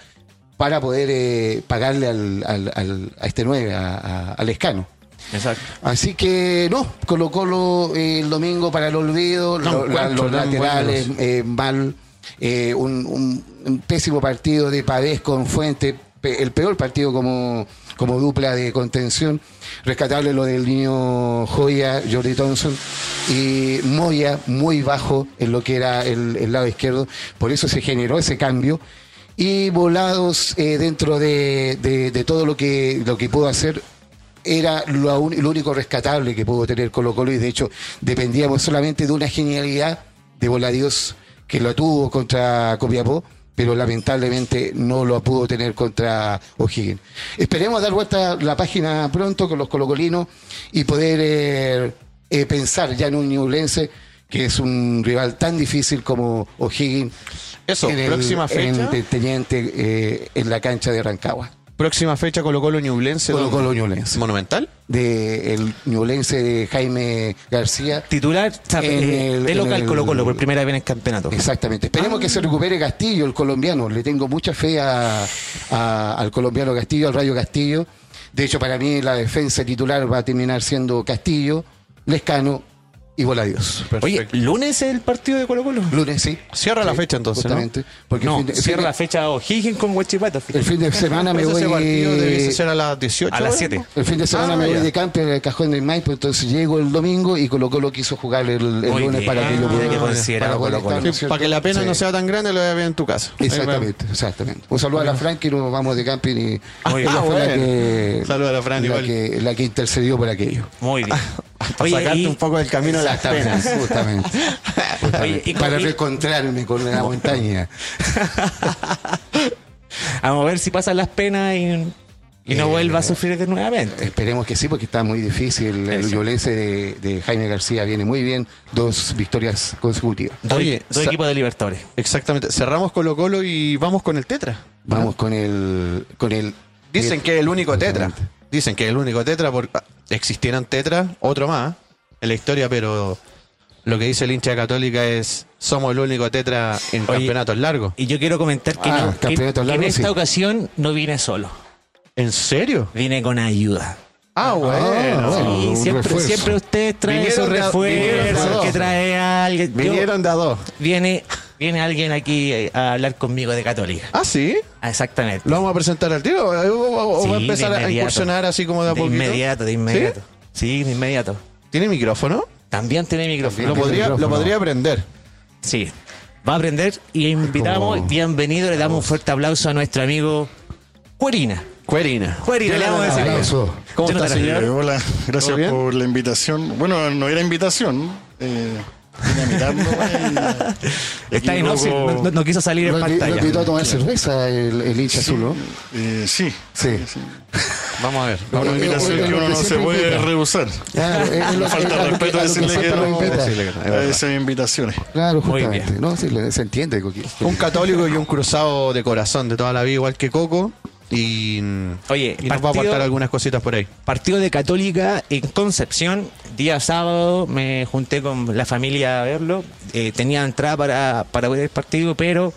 [SPEAKER 3] para poder eh, pagarle al, al- al- a este 9, a, a- al escano.
[SPEAKER 1] Exacto.
[SPEAKER 3] Así que no, Colo Colo eh, el domingo para el olvido,
[SPEAKER 2] No
[SPEAKER 3] lo- la-
[SPEAKER 2] encuentro
[SPEAKER 3] los
[SPEAKER 2] tan
[SPEAKER 3] laterales eh, mal, eh, un, un- un pésimo partido de Pavés con Fuente, pe- el peor partido como, como dupla de contención, rescatable lo del niño Joya, Jordi Thompson, y Moya muy bajo en lo que era el, el lado izquierdo, por eso se generó ese cambio. Y volados eh, dentro de, de- de todo lo que, lo que pudo hacer era lo, un- lo único rescatable que pudo tener Colo Colo y de hecho dependíamos solamente de una genialidad de Voladios que lo tuvo contra Copiapó, pero lamentablemente no lo pudo tener contra O'Higgins. Esperemos dar vuelta la página pronto con los colocolinos y poder eh, eh, pensar ya en un Ñublense que es un rival tan difícil como O'Higgins.
[SPEAKER 2] Eso,
[SPEAKER 3] en el-
[SPEAKER 2] próxima fecha.
[SPEAKER 3] En el teniente eh, en la cancha de Rancagua.
[SPEAKER 2] Próxima fecha Colo Colo Ñublense.
[SPEAKER 3] Colo Colo
[SPEAKER 2] ¿dónde?
[SPEAKER 3] Ñublense.
[SPEAKER 2] Monumental.
[SPEAKER 3] De el ñublense de Jaime García.
[SPEAKER 1] Titular o sea,
[SPEAKER 3] En
[SPEAKER 1] eh,
[SPEAKER 3] el-
[SPEAKER 1] de
[SPEAKER 3] en
[SPEAKER 1] local
[SPEAKER 3] el-
[SPEAKER 1] Colo Colo por primera vez en el campeonato.
[SPEAKER 3] Exactamente. Esperemos que se recupere Castillo, el colombiano. Le tengo mucha fe a- a- al colombiano Castillo, al Rayo Castillo. De hecho, para mí la defensa titular va a terminar siendo Castillo, Lescano y Voladios.
[SPEAKER 1] Oye,
[SPEAKER 2] Perfecto.
[SPEAKER 1] lunes es el partido de Colo Colo.
[SPEAKER 3] Lunes, sí.
[SPEAKER 2] Cierra la
[SPEAKER 3] Sí,
[SPEAKER 2] fecha entonces, ¿no?
[SPEAKER 3] justamente, Porque
[SPEAKER 1] No,
[SPEAKER 3] el fin de-
[SPEAKER 1] cierra la
[SPEAKER 3] el fin
[SPEAKER 1] fecha O'Higgins con Huachipato.
[SPEAKER 3] de- El fin de semana me
[SPEAKER 2] Entonces
[SPEAKER 3] voy.
[SPEAKER 2] ese partido debiese ser a las 18.
[SPEAKER 1] A las
[SPEAKER 2] ¿no?
[SPEAKER 1] 7.
[SPEAKER 3] El fin de semana
[SPEAKER 2] Ah,
[SPEAKER 3] me voy
[SPEAKER 2] ya.
[SPEAKER 3] de campo en el cajón del Maipo, entonces llego el domingo y Colo Colo quiso jugar el, el
[SPEAKER 1] Muy
[SPEAKER 3] lunes
[SPEAKER 1] bien,
[SPEAKER 3] para que yo
[SPEAKER 1] mira
[SPEAKER 3] pudiera.
[SPEAKER 1] que considerado
[SPEAKER 3] para poder
[SPEAKER 1] Colo-Colo.
[SPEAKER 3] estar, ¿no es
[SPEAKER 2] Sí,
[SPEAKER 3] cierto?
[SPEAKER 2] para que la pena
[SPEAKER 3] Sí.
[SPEAKER 2] no sea tan grande, lo veas bien en tu casa. Ahí
[SPEAKER 3] Exactamente, exactamente. Un saludo a la Fran que nos vamos de camping y
[SPEAKER 1] Muy bien.
[SPEAKER 3] ella fue la
[SPEAKER 2] Ah, bueno.
[SPEAKER 3] que,
[SPEAKER 2] Saludo a la Fran
[SPEAKER 3] la
[SPEAKER 2] igual.
[SPEAKER 3] que, la que intercedió por aquello.
[SPEAKER 1] Muy bien.
[SPEAKER 2] va. Para sacarte
[SPEAKER 1] y-
[SPEAKER 2] un poco del camino de las
[SPEAKER 3] Exactamente,
[SPEAKER 2] penas.
[SPEAKER 3] justamente. Justamente.
[SPEAKER 1] Oye, y-
[SPEAKER 3] para
[SPEAKER 1] y-
[SPEAKER 3] reencontrarme con la montaña.
[SPEAKER 1] Vamos a ver si pasan las penas y, y no
[SPEAKER 3] Eh,
[SPEAKER 1] vuelva a sufrir de nuevamente.
[SPEAKER 3] Esperemos que sí, porque está muy difícil. El
[SPEAKER 1] Eso.
[SPEAKER 3] violense de, de Jaime García viene muy bien. Dos victorias consecutivas.
[SPEAKER 1] Dos
[SPEAKER 2] Oye,
[SPEAKER 1] dos
[SPEAKER 2] sa-
[SPEAKER 1] equipos de Libertadores.
[SPEAKER 2] Exactamente. Cerramos Colo Colo y vamos con el Tetra.
[SPEAKER 3] Vamos con el. Con el
[SPEAKER 2] Dicen que es el único Tetra.
[SPEAKER 3] Justamente.
[SPEAKER 2] Dicen que es el único Tetra porque ah, existieran Tetra, otro más en la historia, pero lo que dice el hincha católica es somos el único Tetra en
[SPEAKER 1] Oye.
[SPEAKER 2] campeonatos largos.
[SPEAKER 1] Y yo quiero comentar que,
[SPEAKER 3] Ah,
[SPEAKER 1] no- que- que
[SPEAKER 3] campeonato
[SPEAKER 1] en
[SPEAKER 3] largo,
[SPEAKER 1] esta
[SPEAKER 3] sí.
[SPEAKER 1] ocasión no vine solo,
[SPEAKER 2] ¿En serio?
[SPEAKER 1] vine con ayuda.
[SPEAKER 2] Ah, bueno.
[SPEAKER 3] bueno.
[SPEAKER 1] Sí,
[SPEAKER 3] un
[SPEAKER 1] siempre,
[SPEAKER 3] refuerzo.
[SPEAKER 1] siempre ustedes traen esos
[SPEAKER 2] Vinieron de a- vinieron de a
[SPEAKER 1] refuerzos
[SPEAKER 2] dos.
[SPEAKER 1] que trae alguien. Yo-
[SPEAKER 2] Vinieron de a dos.
[SPEAKER 1] viene, viene alguien aquí eh, a hablar conmigo de Católica.
[SPEAKER 2] Ah, sí.
[SPEAKER 1] Ah, Exactamente.
[SPEAKER 2] ¿Lo vamos a presentar al tiro? ¿O, o- o
[SPEAKER 1] Sí,
[SPEAKER 2] va a
[SPEAKER 1] de
[SPEAKER 2] empezar a
[SPEAKER 1] inmediato.
[SPEAKER 2] incursionar así como de a
[SPEAKER 1] De
[SPEAKER 2] poquito?
[SPEAKER 1] inmediato, de inmediato. ¿Sí? de inmediato.
[SPEAKER 2] ¿Tiene micrófono?
[SPEAKER 1] También tiene micrófono.
[SPEAKER 2] Lo podría, lo
[SPEAKER 3] micrófono.
[SPEAKER 2] podría aprender.
[SPEAKER 1] Sí. Va a aprender y invitamos,
[SPEAKER 3] como-
[SPEAKER 1] bienvenido, le damos un fuerte aplauso a nuestro amigo Cuerina.
[SPEAKER 2] Cuerina.
[SPEAKER 1] Cuerina, le vamos a decir.
[SPEAKER 3] Abrazo.
[SPEAKER 2] ¿Cómo
[SPEAKER 1] Jonathan,
[SPEAKER 2] está, señor?
[SPEAKER 4] Eh, hola,
[SPEAKER 2] ¿Todo
[SPEAKER 4] gracias
[SPEAKER 2] bien?
[SPEAKER 4] por la invitación. Bueno, no era invitación. Eh, vine a mirarlo, eh, y
[SPEAKER 1] Está
[SPEAKER 4] aquí
[SPEAKER 1] en
[SPEAKER 4] un
[SPEAKER 1] Oxy,
[SPEAKER 4] poco-
[SPEAKER 1] no, no quiso salir en
[SPEAKER 3] Lo invi- lo
[SPEAKER 1] pantalla.
[SPEAKER 3] invitó a tomar cerveza el, el hincha azul, ¿no?
[SPEAKER 4] eh, sí,
[SPEAKER 3] Sí.
[SPEAKER 2] Vamos a ver.
[SPEAKER 4] una
[SPEAKER 3] Eh,
[SPEAKER 4] invitación
[SPEAKER 3] eh,
[SPEAKER 4] que
[SPEAKER 3] lo
[SPEAKER 4] uno
[SPEAKER 3] que
[SPEAKER 4] no se
[SPEAKER 3] siempre
[SPEAKER 4] puede
[SPEAKER 3] invita.
[SPEAKER 4] rehusar.
[SPEAKER 3] Claro, Ah, es- es lo-
[SPEAKER 4] No falta
[SPEAKER 3] es a lo
[SPEAKER 4] respeto
[SPEAKER 3] que- a lo que
[SPEAKER 4] decirle que
[SPEAKER 3] falta lo
[SPEAKER 4] no.
[SPEAKER 3] invita.
[SPEAKER 2] Decirle que no.
[SPEAKER 4] A esas invitaciones.
[SPEAKER 3] Claro,
[SPEAKER 1] Muy bien.
[SPEAKER 3] justamente. No, sí, le- se entiende. Coqui.
[SPEAKER 2] Un católico y un cruzado de corazón de toda la vida, igual que Coco. Y,
[SPEAKER 1] Oye,
[SPEAKER 2] y nos va a aportar
[SPEAKER 1] partido-
[SPEAKER 2] algunas cositas por ahí.
[SPEAKER 1] Partido de Católica en Concepción. Día sábado me junté con la familia a verlo. Eh, tenía entrada para, para ver el partido, pero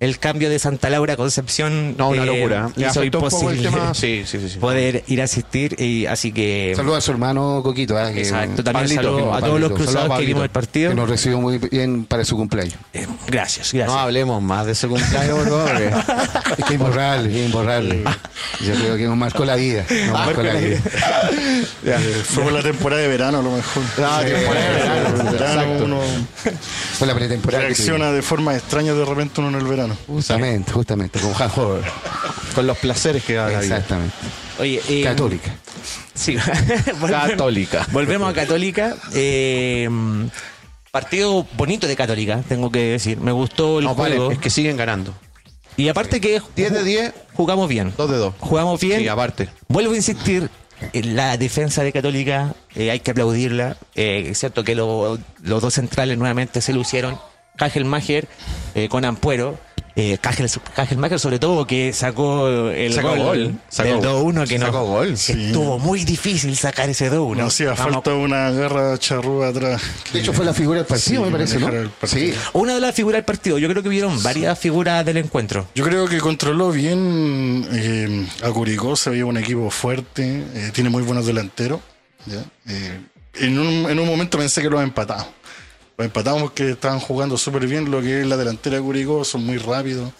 [SPEAKER 1] el cambio de Santa Laura a Concepción
[SPEAKER 2] No, una
[SPEAKER 1] eh,
[SPEAKER 2] locura. Le
[SPEAKER 1] hizo
[SPEAKER 2] afectó un poco el
[SPEAKER 1] imposible
[SPEAKER 2] tema. Sí, sí, sí. sí.
[SPEAKER 1] poder ir a asistir. Y, así que. eh,
[SPEAKER 3] Saluda a su hermano Coquito. ah, que-
[SPEAKER 1] Exacto, también
[SPEAKER 2] eh, Pablito,
[SPEAKER 1] saludo
[SPEAKER 2] que-
[SPEAKER 1] a todos los
[SPEAKER 3] Pablito,
[SPEAKER 2] saludo a
[SPEAKER 1] cruzados que
[SPEAKER 2] Pablito.
[SPEAKER 1] vimos el partido.
[SPEAKER 3] que nos recibió muy bien para su cumpleaños.
[SPEAKER 1] Eh, gracias,
[SPEAKER 2] No
[SPEAKER 1] gracias.
[SPEAKER 2] hablemos más de ese cumpleaños, por favor. que-
[SPEAKER 3] Es que es imborrable, es imborrable. Yo creo que nos marcó la vida. Nos
[SPEAKER 1] Ah,
[SPEAKER 3] marcó la vida.
[SPEAKER 2] Ya.
[SPEAKER 4] Eh, fue por la temporada de verano, a lo mejor.
[SPEAKER 2] Ah,
[SPEAKER 4] Eh,
[SPEAKER 2] temporada de verano,
[SPEAKER 4] verano,
[SPEAKER 2] exacto.
[SPEAKER 4] uno
[SPEAKER 3] Fue la pretemporada. que tuvimos.
[SPEAKER 4] reacciona de forma extraña de repente uno en el verano.
[SPEAKER 3] Justamente, justamente, con Juan Hover.
[SPEAKER 2] Con los placeres que da la vida.
[SPEAKER 3] Exactamente.
[SPEAKER 1] Oye, eh,
[SPEAKER 3] Católica.
[SPEAKER 1] Sí. Volvemos-
[SPEAKER 2] Católica.
[SPEAKER 1] Volvemos a Católica. Eh, partido bonito de Católica, tengo que decir. Me gustó el
[SPEAKER 2] No, vale,
[SPEAKER 1] juego.
[SPEAKER 2] es que siguen ganando.
[SPEAKER 1] Y aparte que ju-
[SPEAKER 2] 10 de 10,
[SPEAKER 1] jugamos bien.
[SPEAKER 2] 2 de 2.
[SPEAKER 1] Jugamos bien.
[SPEAKER 2] Sí, aparte.
[SPEAKER 1] Vuelvo a insistir, eh, la defensa de Católica eh, hay que aplaudirla. Eh, es cierto que lo- los dos centrales nuevamente se lucieron. Cajelmacher eh, con Ampuero. Eh, Cajel, Cajelmacher sobre todo que sacó el
[SPEAKER 2] Sacó
[SPEAKER 1] gol,
[SPEAKER 2] gol, sacó
[SPEAKER 1] del
[SPEAKER 2] gol.
[SPEAKER 1] 2-1 que no-
[SPEAKER 2] Sacó gol,
[SPEAKER 1] que
[SPEAKER 4] sí.
[SPEAKER 1] estuvo muy difícil sacar ese 2-1.
[SPEAKER 4] No hacía
[SPEAKER 1] Vamos-
[SPEAKER 4] falta una garra charrúa atrás.
[SPEAKER 3] De hecho, fue la figura del partido,
[SPEAKER 4] Sí,
[SPEAKER 3] me parece, ¿no?
[SPEAKER 4] manejar el partido.
[SPEAKER 3] Sí.
[SPEAKER 1] Una de las figuras del partido. Yo creo que vieron varias figuras del encuentro.
[SPEAKER 4] Yo creo que controló bien eh, a Curicó, se veía un equipo fuerte, eh, tiene muy buenos delanteros. ¿ya? Eh, en, un, en un momento pensé que los empatamos. Los empatamos porque estaban jugando súper bien lo que es la delantera de Curicó, son muy rápidos.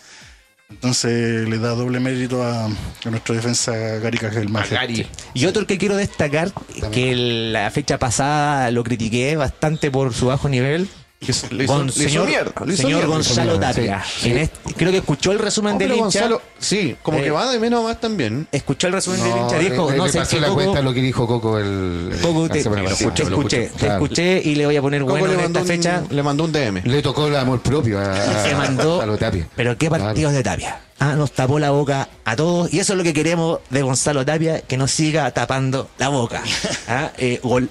[SPEAKER 4] Entonces le da doble mérito a, a nuestra defensa Gary Cajelmacher.
[SPEAKER 1] Y otro que quiero destacar, que el- la fecha pasada lo critiqué bastante por su bajo nivel.
[SPEAKER 2] Le hizo-
[SPEAKER 1] Gon-
[SPEAKER 2] le hizo
[SPEAKER 1] señor
[SPEAKER 2] mierda, le hizo
[SPEAKER 1] señor
[SPEAKER 2] mierda.
[SPEAKER 1] Gonzalo
[SPEAKER 3] mierda,
[SPEAKER 1] Tapia.
[SPEAKER 3] sí, sí.
[SPEAKER 1] En este- creo que escuchó el resumen
[SPEAKER 2] No,
[SPEAKER 1] del
[SPEAKER 2] Oh, pero
[SPEAKER 1] hincha.
[SPEAKER 2] Gonzalo, sí, como
[SPEAKER 1] Eh,
[SPEAKER 2] que va de menos a más también.
[SPEAKER 1] Escuchó el resumen del
[SPEAKER 3] No,
[SPEAKER 1] hincha. Dijo,
[SPEAKER 3] eh,
[SPEAKER 1] no
[SPEAKER 3] me
[SPEAKER 1] sé
[SPEAKER 3] pasó
[SPEAKER 1] qué
[SPEAKER 3] la
[SPEAKER 1] Coco-
[SPEAKER 3] cuenta lo que dijo Coco el.
[SPEAKER 1] Coco,
[SPEAKER 3] la
[SPEAKER 1] te,
[SPEAKER 3] semana
[SPEAKER 1] te
[SPEAKER 3] pasada.
[SPEAKER 1] escuché,
[SPEAKER 3] Lo
[SPEAKER 1] escuché, te
[SPEAKER 3] claro.
[SPEAKER 1] escuché y le voy a poner
[SPEAKER 2] Coco
[SPEAKER 1] bueno
[SPEAKER 2] le
[SPEAKER 1] en
[SPEAKER 2] mandó
[SPEAKER 1] esta
[SPEAKER 2] un-
[SPEAKER 1] fecha.
[SPEAKER 2] le mandó un DM.
[SPEAKER 3] Le tocó el amor propio a, a,
[SPEAKER 2] Ah,
[SPEAKER 1] Se mandó.
[SPEAKER 3] a lo Tapia.
[SPEAKER 1] Pero qué partidos de Tapia. Ah, nos tapó la boca a todos. Y eso es lo que queremos de Gonzalo Tapia, que nos siga tapando la boca. Ah, eh, gol-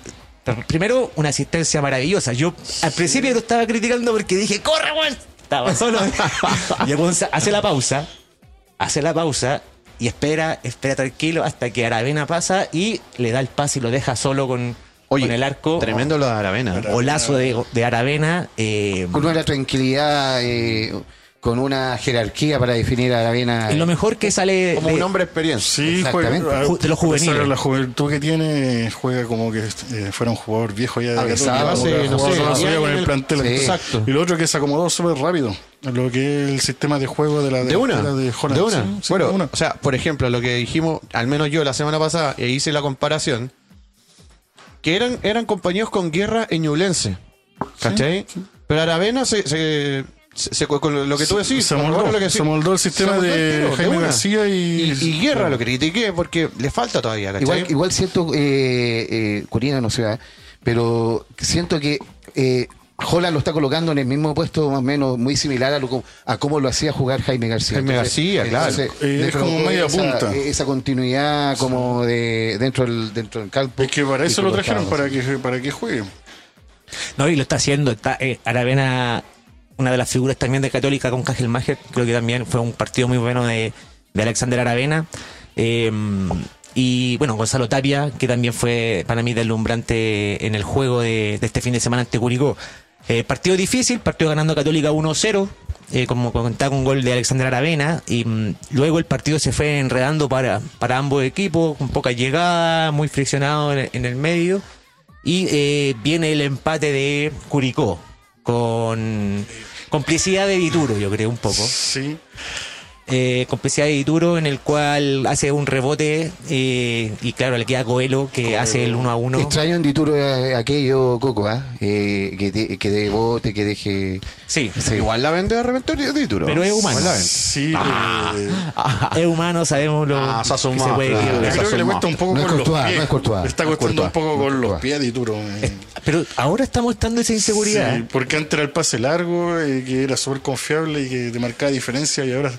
[SPEAKER 1] Primero, una asistencia maravillosa. Yo al principio lo estaba criticando porque dije, ¡corre, weón! Estaba solo. y Gonza- hace la pausa, hace la pausa y espera, espera tranquilo hasta que Aravena pasa y le da el pase y lo deja solo con,
[SPEAKER 2] Oye,
[SPEAKER 1] con el arco.
[SPEAKER 2] Tremendo lo de Aravena.
[SPEAKER 1] Golazo de, de Aravena. eh,
[SPEAKER 3] Con una tranquilidad, eh, con una jerarquía para definir a la Vena.
[SPEAKER 1] y lo mejor que sale.
[SPEAKER 2] Como
[SPEAKER 1] de-
[SPEAKER 2] un hombre experiencia.
[SPEAKER 4] Sí,
[SPEAKER 3] Exactamente.
[SPEAKER 4] juega.
[SPEAKER 1] Ju- de los
[SPEAKER 4] a pesar
[SPEAKER 1] juveniles.
[SPEAKER 4] de La juventud que tiene juega como que eh, fuera un jugador viejo ya de
[SPEAKER 3] Ah, que
[SPEAKER 4] Católica,
[SPEAKER 3] estaba
[SPEAKER 4] como que
[SPEAKER 2] hace, no
[SPEAKER 4] jugó
[SPEAKER 2] sé,
[SPEAKER 4] toda su
[SPEAKER 2] diez
[SPEAKER 4] vida con
[SPEAKER 2] años
[SPEAKER 4] el
[SPEAKER 2] en
[SPEAKER 4] plantel.
[SPEAKER 3] Sí.
[SPEAKER 4] Entonces,
[SPEAKER 2] Exacto.
[SPEAKER 4] Y lo otro que se acomodó súper rápido. a Lo que es el sistema de juego de la
[SPEAKER 2] De una.
[SPEAKER 4] delantera de Holland.
[SPEAKER 2] De una.
[SPEAKER 4] Sí, sí,
[SPEAKER 2] bueno,
[SPEAKER 4] de una.
[SPEAKER 2] o sea, por ejemplo, lo que dijimos, al menos yo la semana pasada, e hice la comparación, que eran, eran compañeros con guerra en Ñublense. ¿Cachai? Pero Aravena se... se se- se- con lo que tú
[SPEAKER 4] Se-
[SPEAKER 2] decís,
[SPEAKER 4] se
[SPEAKER 2] con
[SPEAKER 4] moldó,
[SPEAKER 2] lo que
[SPEAKER 4] se moldó el sistema
[SPEAKER 2] moldó
[SPEAKER 4] de
[SPEAKER 2] entero,
[SPEAKER 4] Jaime
[SPEAKER 2] una.
[SPEAKER 4] García y-
[SPEAKER 2] y, Guerra lo critiqué porque le falta todavía, ¿cachai?
[SPEAKER 3] Igual, igual siento, eh, eh, Corina no se va, pero siento que eh, Holland lo está colocando en el mismo puesto, más o menos, muy similar a, lo, co- a cómo lo hacía jugar Jaime García.
[SPEAKER 2] Jaime García, claro.
[SPEAKER 4] Eh,
[SPEAKER 3] le
[SPEAKER 4] es como
[SPEAKER 3] provocó
[SPEAKER 4] media
[SPEAKER 3] esa,
[SPEAKER 4] punta.
[SPEAKER 3] eh, Esa continuidad como de dentro del, dentro del campo.
[SPEAKER 4] Es que para
[SPEAKER 3] Y
[SPEAKER 4] eso
[SPEAKER 3] por
[SPEAKER 4] lo
[SPEAKER 3] los
[SPEAKER 4] trajeron,
[SPEAKER 3] lados.
[SPEAKER 4] para que, para que juegue.
[SPEAKER 1] No, y lo está haciendo. Está, eh, Aravena, una de las figuras también de Católica con Cajelmacher, creo que también fue un partido muy bueno de, de Alexander Aravena. Eh, y bueno, Gonzalo Tapia, que también fue para mí deslumbrante en el juego de, de este fin de semana ante Curicó. Eh, partido difícil, partido ganando Católica 1-0, eh, como contaba con gol de Alexander Aravena, y mm, luego el partido se fue enredando para, para ambos equipos, con poca llegada, muy friccionado en, el- en el medio, y eh, viene el empate de Curicó, con complicidad de Dituro, yo creo, un poco
[SPEAKER 4] Sí.
[SPEAKER 1] eh, complicidad de Dituro en el cual hace un rebote eh, y claro le queda Coelho que hace el 1 a 1
[SPEAKER 3] Extraño en Dituro eh, aquello, Coco, ¿ah? Eh, que, de, que de bote, que deje.
[SPEAKER 1] sí
[SPEAKER 3] Sí.
[SPEAKER 2] Igual la vende de repente el título.
[SPEAKER 1] Pero es humano.
[SPEAKER 2] Igual la vende.
[SPEAKER 4] Sí. eh,
[SPEAKER 1] es humano sabemos lo
[SPEAKER 2] Ah, se ha
[SPEAKER 1] que se
[SPEAKER 2] sumado,
[SPEAKER 1] puede
[SPEAKER 2] claro.
[SPEAKER 1] equivocar.
[SPEAKER 4] yo creo que le
[SPEAKER 2] Courtois.
[SPEAKER 4] cuesta un poco
[SPEAKER 3] No es
[SPEAKER 4] con
[SPEAKER 3] Courtois,
[SPEAKER 4] los pies.
[SPEAKER 3] no es Courtois.
[SPEAKER 4] Le está
[SPEAKER 3] No es
[SPEAKER 4] costando un
[SPEAKER 3] Courtois,
[SPEAKER 4] poco
[SPEAKER 3] no es
[SPEAKER 4] con los
[SPEAKER 3] Courtois.
[SPEAKER 4] pies de Turo. eh.
[SPEAKER 1] pero ahora está mostrando esa inseguridad
[SPEAKER 4] Sí, porque antes era el pase largo, eh, que era súper confiable y que te marcaba diferencia y ahora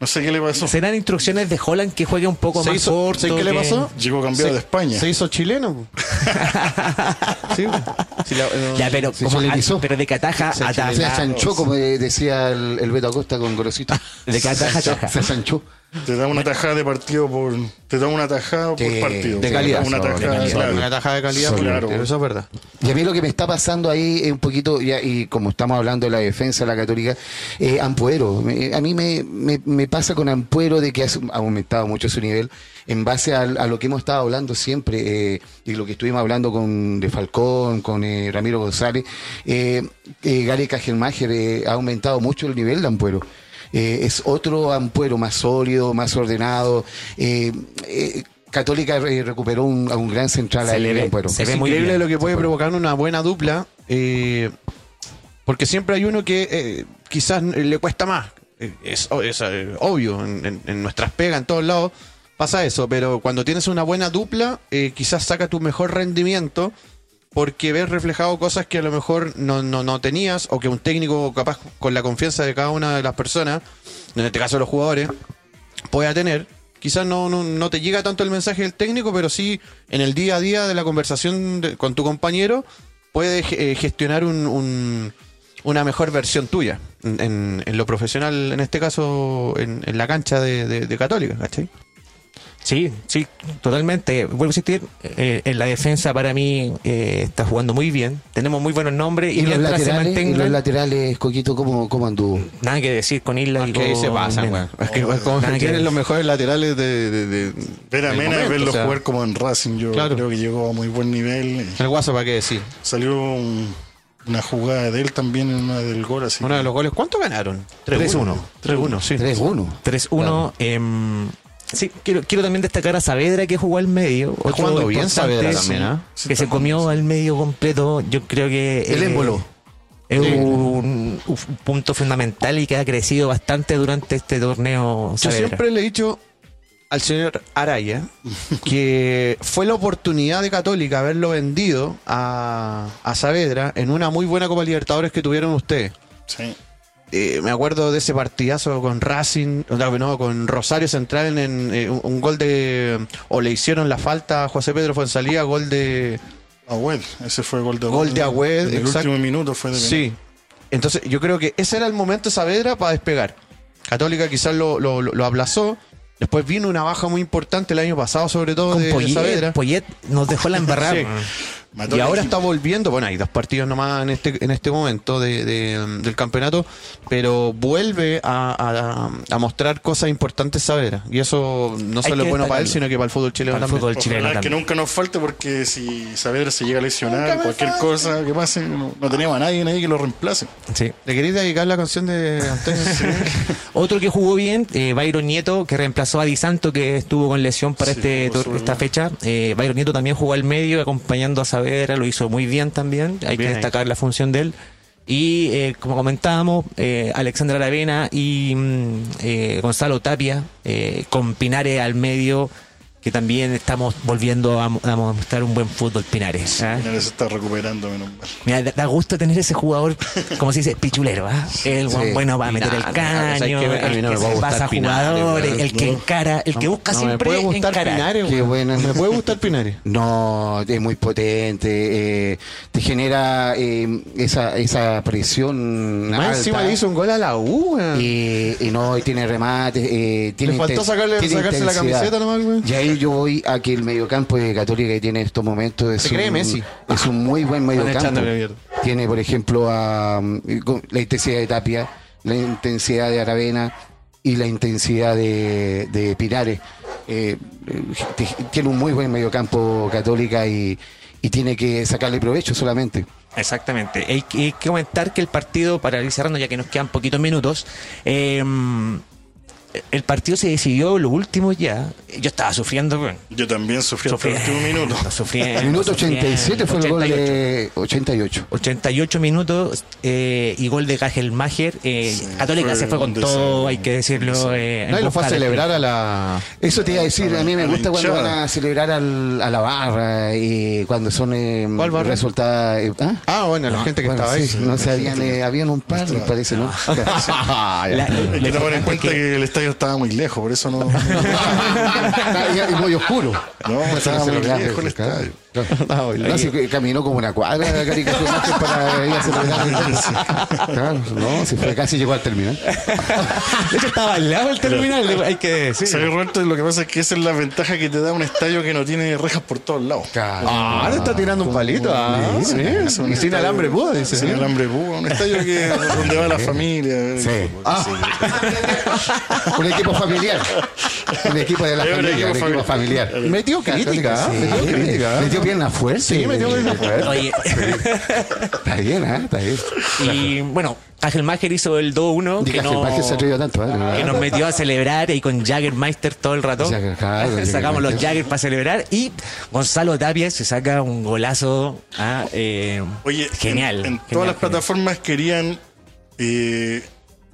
[SPEAKER 4] no sé qué le pasó.
[SPEAKER 1] serán instrucciones de Holland que juegue un poco
[SPEAKER 2] Se
[SPEAKER 1] más
[SPEAKER 2] hizo-
[SPEAKER 1] corto
[SPEAKER 2] ¿sabes qué le
[SPEAKER 1] que-
[SPEAKER 2] pasó?
[SPEAKER 4] Llegó cambiado
[SPEAKER 2] Se-
[SPEAKER 4] de España.
[SPEAKER 2] Se hizo chileno. po. sí, po. Sí, la- eh,
[SPEAKER 1] ya pero
[SPEAKER 3] Se
[SPEAKER 1] como-
[SPEAKER 3] chilenizó.
[SPEAKER 1] pero de Cataja
[SPEAKER 2] Se
[SPEAKER 1] a
[SPEAKER 3] O sea,
[SPEAKER 1] Taja
[SPEAKER 3] chanchó, como eh, decía el, el Beto Acosta con Gorosito.
[SPEAKER 1] de Cataja a Taja
[SPEAKER 3] Se chanchó.
[SPEAKER 4] Te da una tajada de partido por. Te da una tajada por
[SPEAKER 3] Sí,
[SPEAKER 4] partido.
[SPEAKER 3] de
[SPEAKER 4] Sí,
[SPEAKER 3] calidad.
[SPEAKER 4] Una
[SPEAKER 3] No, de
[SPEAKER 4] tajada,
[SPEAKER 3] calidad.
[SPEAKER 4] claro.
[SPEAKER 2] Una tajada de calidad.
[SPEAKER 4] Solo.
[SPEAKER 2] Claro. Eso es verdad.
[SPEAKER 3] Y a mí lo que me está pasando ahí es un poquito, ya, y como estamos hablando de la defensa de la católica, eh, Ampuero. Me- a mí me, me- me pasa con Ampuero de que ha su- ha aumentado mucho su nivel en base al- a, lo que hemos estado hablando siempre eh, y lo que estuvimos hablando con De Falcón, con eh, Ramiro González. Eh, eh, Gary Cajelmacher eh, ha aumentado mucho el nivel de Ampuero. Eh, es otro ampuero más sólido, más ordenado. eh, eh, Católica eh, recuperó un- a un gran central
[SPEAKER 1] Se
[SPEAKER 3] ahí,
[SPEAKER 1] le ve,
[SPEAKER 3] Ampuero.
[SPEAKER 1] se ve
[SPEAKER 2] es
[SPEAKER 1] muy
[SPEAKER 2] increíble
[SPEAKER 1] bien.
[SPEAKER 2] lo que puede
[SPEAKER 3] Sí,
[SPEAKER 2] provocar una buena dupla. eh, porque siempre hay uno que eh, quizás le cuesta más. Eh, Es, o- es, eh, obvio, en, en- en nuestras pegas, en todos lados, pasa eso. Pero cuando tienes una buena dupla, eh, quizás saca tu mejor rendimiento. Porque ves reflejado cosas que a lo mejor no, no, no tenías, o que un técnico capaz con la confianza de cada una de las personas, en este caso los jugadores, pueda tener. Quizás no, no, no te llega tanto el mensaje del técnico, pero sí en el día a día de la conversación de- con tu compañero puedes eh, gestionar un- un- una mejor versión tuya en, en- en lo profesional, en este caso en, en la cancha de, de- de Católica. ¿cachai?
[SPEAKER 1] Sí, sí, totalmente. Vuelvo a insistir, eh, en la defensa para mí eh, está jugando muy bien. Tenemos muy buenos nombres y,
[SPEAKER 3] Y los,
[SPEAKER 1] mientras se
[SPEAKER 3] laterales, y los
[SPEAKER 1] mantengan,
[SPEAKER 3] laterales, Coquito, ¿cómo, cómo anduvo?
[SPEAKER 1] nada que decir con Isla y
[SPEAKER 2] Que ahí
[SPEAKER 1] con
[SPEAKER 2] se pasan,
[SPEAKER 1] Mena.
[SPEAKER 2] weón. Es que es como
[SPEAKER 1] Nada que
[SPEAKER 2] tienen
[SPEAKER 1] ver.
[SPEAKER 2] los mejores laterales de. de, de-
[SPEAKER 4] Ver a
[SPEAKER 2] del
[SPEAKER 4] Mena y
[SPEAKER 2] momento,
[SPEAKER 4] verlo
[SPEAKER 2] o sea,
[SPEAKER 4] jugar como en Racing, yo
[SPEAKER 2] Claro.
[SPEAKER 4] creo que llegó a muy buen nivel.
[SPEAKER 2] El guaso, ¿para qué decir?
[SPEAKER 4] Salió un- una jugada de él también en una del gol, así.
[SPEAKER 2] Uno
[SPEAKER 4] que-
[SPEAKER 2] de los goles, ¿cuánto ganaron?
[SPEAKER 1] 3-1.
[SPEAKER 2] 3-1, sí.
[SPEAKER 3] 3-1.
[SPEAKER 1] 3-1. em, sí, quiero, quiero también destacar a Saavedra que jugó al medio. Otro
[SPEAKER 2] jugando bien
[SPEAKER 1] importante,
[SPEAKER 2] Saavedra también, ¿ah?
[SPEAKER 1] Que se comió al medio completo. Yo creo que.
[SPEAKER 3] El
[SPEAKER 1] eh,
[SPEAKER 3] émbolo.
[SPEAKER 1] Es un, un punto fundamental y que ha crecido bastante durante este torneo.
[SPEAKER 2] Yo
[SPEAKER 1] Saavedra.
[SPEAKER 2] siempre le he dicho al señor Araya que fue la oportunidad de Católica haberlo vendido a, a Saavedra en una muy buena Copa Libertadores que tuvieron ustedes.
[SPEAKER 4] Sí.
[SPEAKER 2] Eh, me acuerdo de ese partidazo con Racing, o sea, no, con Rosario Central en, eh, un, un gol de. O le hicieron la falta a José Pedro Fonsalía, gol de.
[SPEAKER 4] Agüed, ese fue gol de
[SPEAKER 2] Gol de Agüed,
[SPEAKER 4] En el
[SPEAKER 2] exacto.
[SPEAKER 4] último minuto fue de penal.
[SPEAKER 2] Sí. Entonces, yo creo que ese era el momento de Saavedra para despegar. Católica quizás lo, lo, lo- lo aplazó. Después vino una baja muy importante el año pasado, sobre todo
[SPEAKER 1] con
[SPEAKER 2] de, de Saavedra.
[SPEAKER 1] Poyet, Poyet nos dejó la embarrada.
[SPEAKER 2] Sí.
[SPEAKER 1] weón.
[SPEAKER 4] Mató
[SPEAKER 2] Y
[SPEAKER 4] al
[SPEAKER 2] ahora
[SPEAKER 4] equipo.
[SPEAKER 2] está volviendo. Bueno, hay dos partidos nomás en este, en este momento de- de, um, del campeonato, pero vuelve a, a- a mostrar cosas importantes Saavedra. Y eso no
[SPEAKER 1] Hay
[SPEAKER 2] solo es
[SPEAKER 1] que
[SPEAKER 2] bueno para él,
[SPEAKER 1] destacarlo.
[SPEAKER 2] sino que para el fútbol chileno
[SPEAKER 1] Para el
[SPEAKER 2] también.
[SPEAKER 1] fútbol.
[SPEAKER 4] Ojalá
[SPEAKER 1] chileno
[SPEAKER 4] que
[SPEAKER 1] también.
[SPEAKER 4] nunca nos falte porque si Saavedra se llega a lesionar, cualquier cosa que pase, no, no tenemos a nadie, nadie que lo reemplace.
[SPEAKER 1] Sí.
[SPEAKER 2] ¿Le queréis dedicar la canción de Antonio?
[SPEAKER 1] Otro que jugó bien, eh, Byron Nieto, que reemplazó a Di Santo, que estuvo con lesión para
[SPEAKER 4] Sí,
[SPEAKER 1] este
[SPEAKER 4] jugó
[SPEAKER 1] tor-
[SPEAKER 4] súper
[SPEAKER 1] esta
[SPEAKER 4] bien.
[SPEAKER 1] fecha. Eh, Byron Nieto también jugó al medio, acompañando a Saavedra, lo hizo muy bien también. Hay
[SPEAKER 2] Bien
[SPEAKER 1] que
[SPEAKER 2] ahí.
[SPEAKER 1] destacar la función de él. Y eh, como comentábamos, eh, Alexandra Aravena y mm, eh, Gonzalo Tapia, eh, con Pinares al medio, que también estamos volviendo a, mo- a mostrar un buen fútbol Pinares. ¿ah?
[SPEAKER 4] Mira, se está recuperando, menos mal.
[SPEAKER 1] Mira, da- da gusto tener ese jugador, como se dice, pichulero, ¿ah? El buen-
[SPEAKER 3] Sí.
[SPEAKER 1] bueno va a meter
[SPEAKER 2] Nah,
[SPEAKER 1] el
[SPEAKER 2] nah, ¿sabes
[SPEAKER 1] caño,
[SPEAKER 2] qué? A mí
[SPEAKER 1] el
[SPEAKER 2] no
[SPEAKER 1] que
[SPEAKER 2] me va a
[SPEAKER 1] se
[SPEAKER 2] gustar
[SPEAKER 1] pasa
[SPEAKER 2] Pinares,
[SPEAKER 1] jugadores,
[SPEAKER 2] weón.
[SPEAKER 1] el que
[SPEAKER 2] No.
[SPEAKER 1] encara, el que busca
[SPEAKER 2] No, me
[SPEAKER 1] siempre
[SPEAKER 2] puede gustar
[SPEAKER 1] encarar.
[SPEAKER 2] Pinares,
[SPEAKER 3] Qué
[SPEAKER 2] weón.
[SPEAKER 3] buena.
[SPEAKER 2] Me puede gustar Pinares.
[SPEAKER 3] No, es muy potente. eh, te genera eh, esa, esa presión.
[SPEAKER 2] Más
[SPEAKER 3] alta.
[SPEAKER 2] encima le hizo un gol a la U, weón.
[SPEAKER 3] Y, y no, y tiene remates. eh, tiene
[SPEAKER 2] Le faltó
[SPEAKER 3] inten-
[SPEAKER 2] sacarle-
[SPEAKER 3] tiene
[SPEAKER 2] sacarse la
[SPEAKER 3] intensidad.
[SPEAKER 2] camiseta nomás, güey.
[SPEAKER 3] Y ahí yo voy a que el mediocampo de Católica que tiene en estos momentos es
[SPEAKER 2] Se cree
[SPEAKER 3] un,
[SPEAKER 2] Messi.
[SPEAKER 3] es un muy buen
[SPEAKER 2] Están
[SPEAKER 3] mediocampo.
[SPEAKER 2] echándole mierda.
[SPEAKER 3] tiene, por ejemplo, a, mm, con la intensidad de Tapia, la intensidad de Aravena y la intensidad de, de Pinares. Eh, eh, t- tiene un muy buen mediocampo católica y, y tiene que sacarle provecho solamente.
[SPEAKER 1] Exactamente. Hay, que- hay que comentar que el partido, para ir cerrando, ya que nos quedan poquitos minutos, eh, el partido se decidió lo último ya. Yo estaba sufriendo, weón.
[SPEAKER 4] Yo también sufrí hasta el
[SPEAKER 1] Sufriendo,
[SPEAKER 4] último minuto.
[SPEAKER 2] Eh,
[SPEAKER 1] sufriendo,
[SPEAKER 3] Minuto
[SPEAKER 1] sufriendo.
[SPEAKER 3] 87 fue el gol
[SPEAKER 1] 88.
[SPEAKER 3] de 88.
[SPEAKER 1] 88 minutos eh, y gol de Gagelmacher. Eh,
[SPEAKER 4] Sí,
[SPEAKER 1] Católica
[SPEAKER 4] fue
[SPEAKER 1] se fue con
[SPEAKER 4] un desastre,
[SPEAKER 1] todo, hay
[SPEAKER 4] un
[SPEAKER 1] que decirlo.
[SPEAKER 4] desastre.
[SPEAKER 1] eh, en
[SPEAKER 2] Nadie lo fue a
[SPEAKER 1] busca de-
[SPEAKER 2] celebrar a la.
[SPEAKER 3] Eso te iba a decir, a mí me
[SPEAKER 4] A la
[SPEAKER 3] gusta cuando van
[SPEAKER 4] hinchada.
[SPEAKER 3] a celebrar al- a la barra y cuando son eh,
[SPEAKER 2] ¿Cuál barra?
[SPEAKER 3] resulta- eh, ¿ah?
[SPEAKER 2] Ah, bueno, la gente que
[SPEAKER 3] Bueno,
[SPEAKER 2] estaba
[SPEAKER 3] sí,
[SPEAKER 2] ahí.
[SPEAKER 3] No sé, habían, eh, habían un par, me parece, ¿no?
[SPEAKER 2] Ah, ya.
[SPEAKER 1] La- lo
[SPEAKER 4] Hay que tomar
[SPEAKER 1] importante
[SPEAKER 4] en
[SPEAKER 1] es
[SPEAKER 4] cuenta
[SPEAKER 1] que-
[SPEAKER 4] que el estadio estaba muy lejos, por eso no.
[SPEAKER 3] y, y muy oscuro.
[SPEAKER 4] No, estaba muy lejos el estadio.
[SPEAKER 2] Ah, bueno,
[SPEAKER 3] No,
[SPEAKER 2] ahí.
[SPEAKER 3] sí, que caminó como una cuadra de caricaturas para ir a celebrar. Claro, no, si fue casi llegó al terminal.
[SPEAKER 1] De hecho, estaba al lado del terminal, hay que decir.
[SPEAKER 4] ¿Sabes, Roberto? Lo que pasa es que esa es la ventaja que te da un estadio que no tiene rejas por todos lados.
[SPEAKER 3] Claro.
[SPEAKER 2] Ah, ahora está tirando un palito. Ah,
[SPEAKER 4] Sí,
[SPEAKER 2] sí.
[SPEAKER 4] es un
[SPEAKER 2] Y sin
[SPEAKER 4] estadio-
[SPEAKER 2] alambre púa, dice. ¿eh?
[SPEAKER 4] Sin alambre púa, un estadio que, donde va la familia. eh,
[SPEAKER 3] Sí.
[SPEAKER 4] qué sé
[SPEAKER 3] Un equipo familiar. Un equipo de la
[SPEAKER 4] Es un
[SPEAKER 3] familia, un
[SPEAKER 4] equipo
[SPEAKER 3] equipo familiar.
[SPEAKER 2] Metió crítica, ¿ah? metió crítica.
[SPEAKER 3] Metió pierna fuerte.
[SPEAKER 2] Sí, metió pierna fuerte.
[SPEAKER 1] Oye,
[SPEAKER 3] Está bien, ¿ah? Está bien.
[SPEAKER 1] y bueno, Gagelmacher hizo el 2-1.
[SPEAKER 3] Diga,
[SPEAKER 1] Que,
[SPEAKER 3] que el Paje se atrevió
[SPEAKER 1] no,
[SPEAKER 3] tanto, ¿eh?
[SPEAKER 1] que nos metió a celebrar y con Jaggermeister todo el rato.
[SPEAKER 3] Jagger, claro, Jagger
[SPEAKER 1] Sacamos los
[SPEAKER 3] Meister.
[SPEAKER 1] Jagger para celebrar y Gonzalo Tapia se saca un golazo. ah, eh,
[SPEAKER 4] Oye, en-
[SPEAKER 1] genial.
[SPEAKER 4] En,
[SPEAKER 1] genial,
[SPEAKER 4] todas las
[SPEAKER 1] genial.
[SPEAKER 4] plataformas querían eh,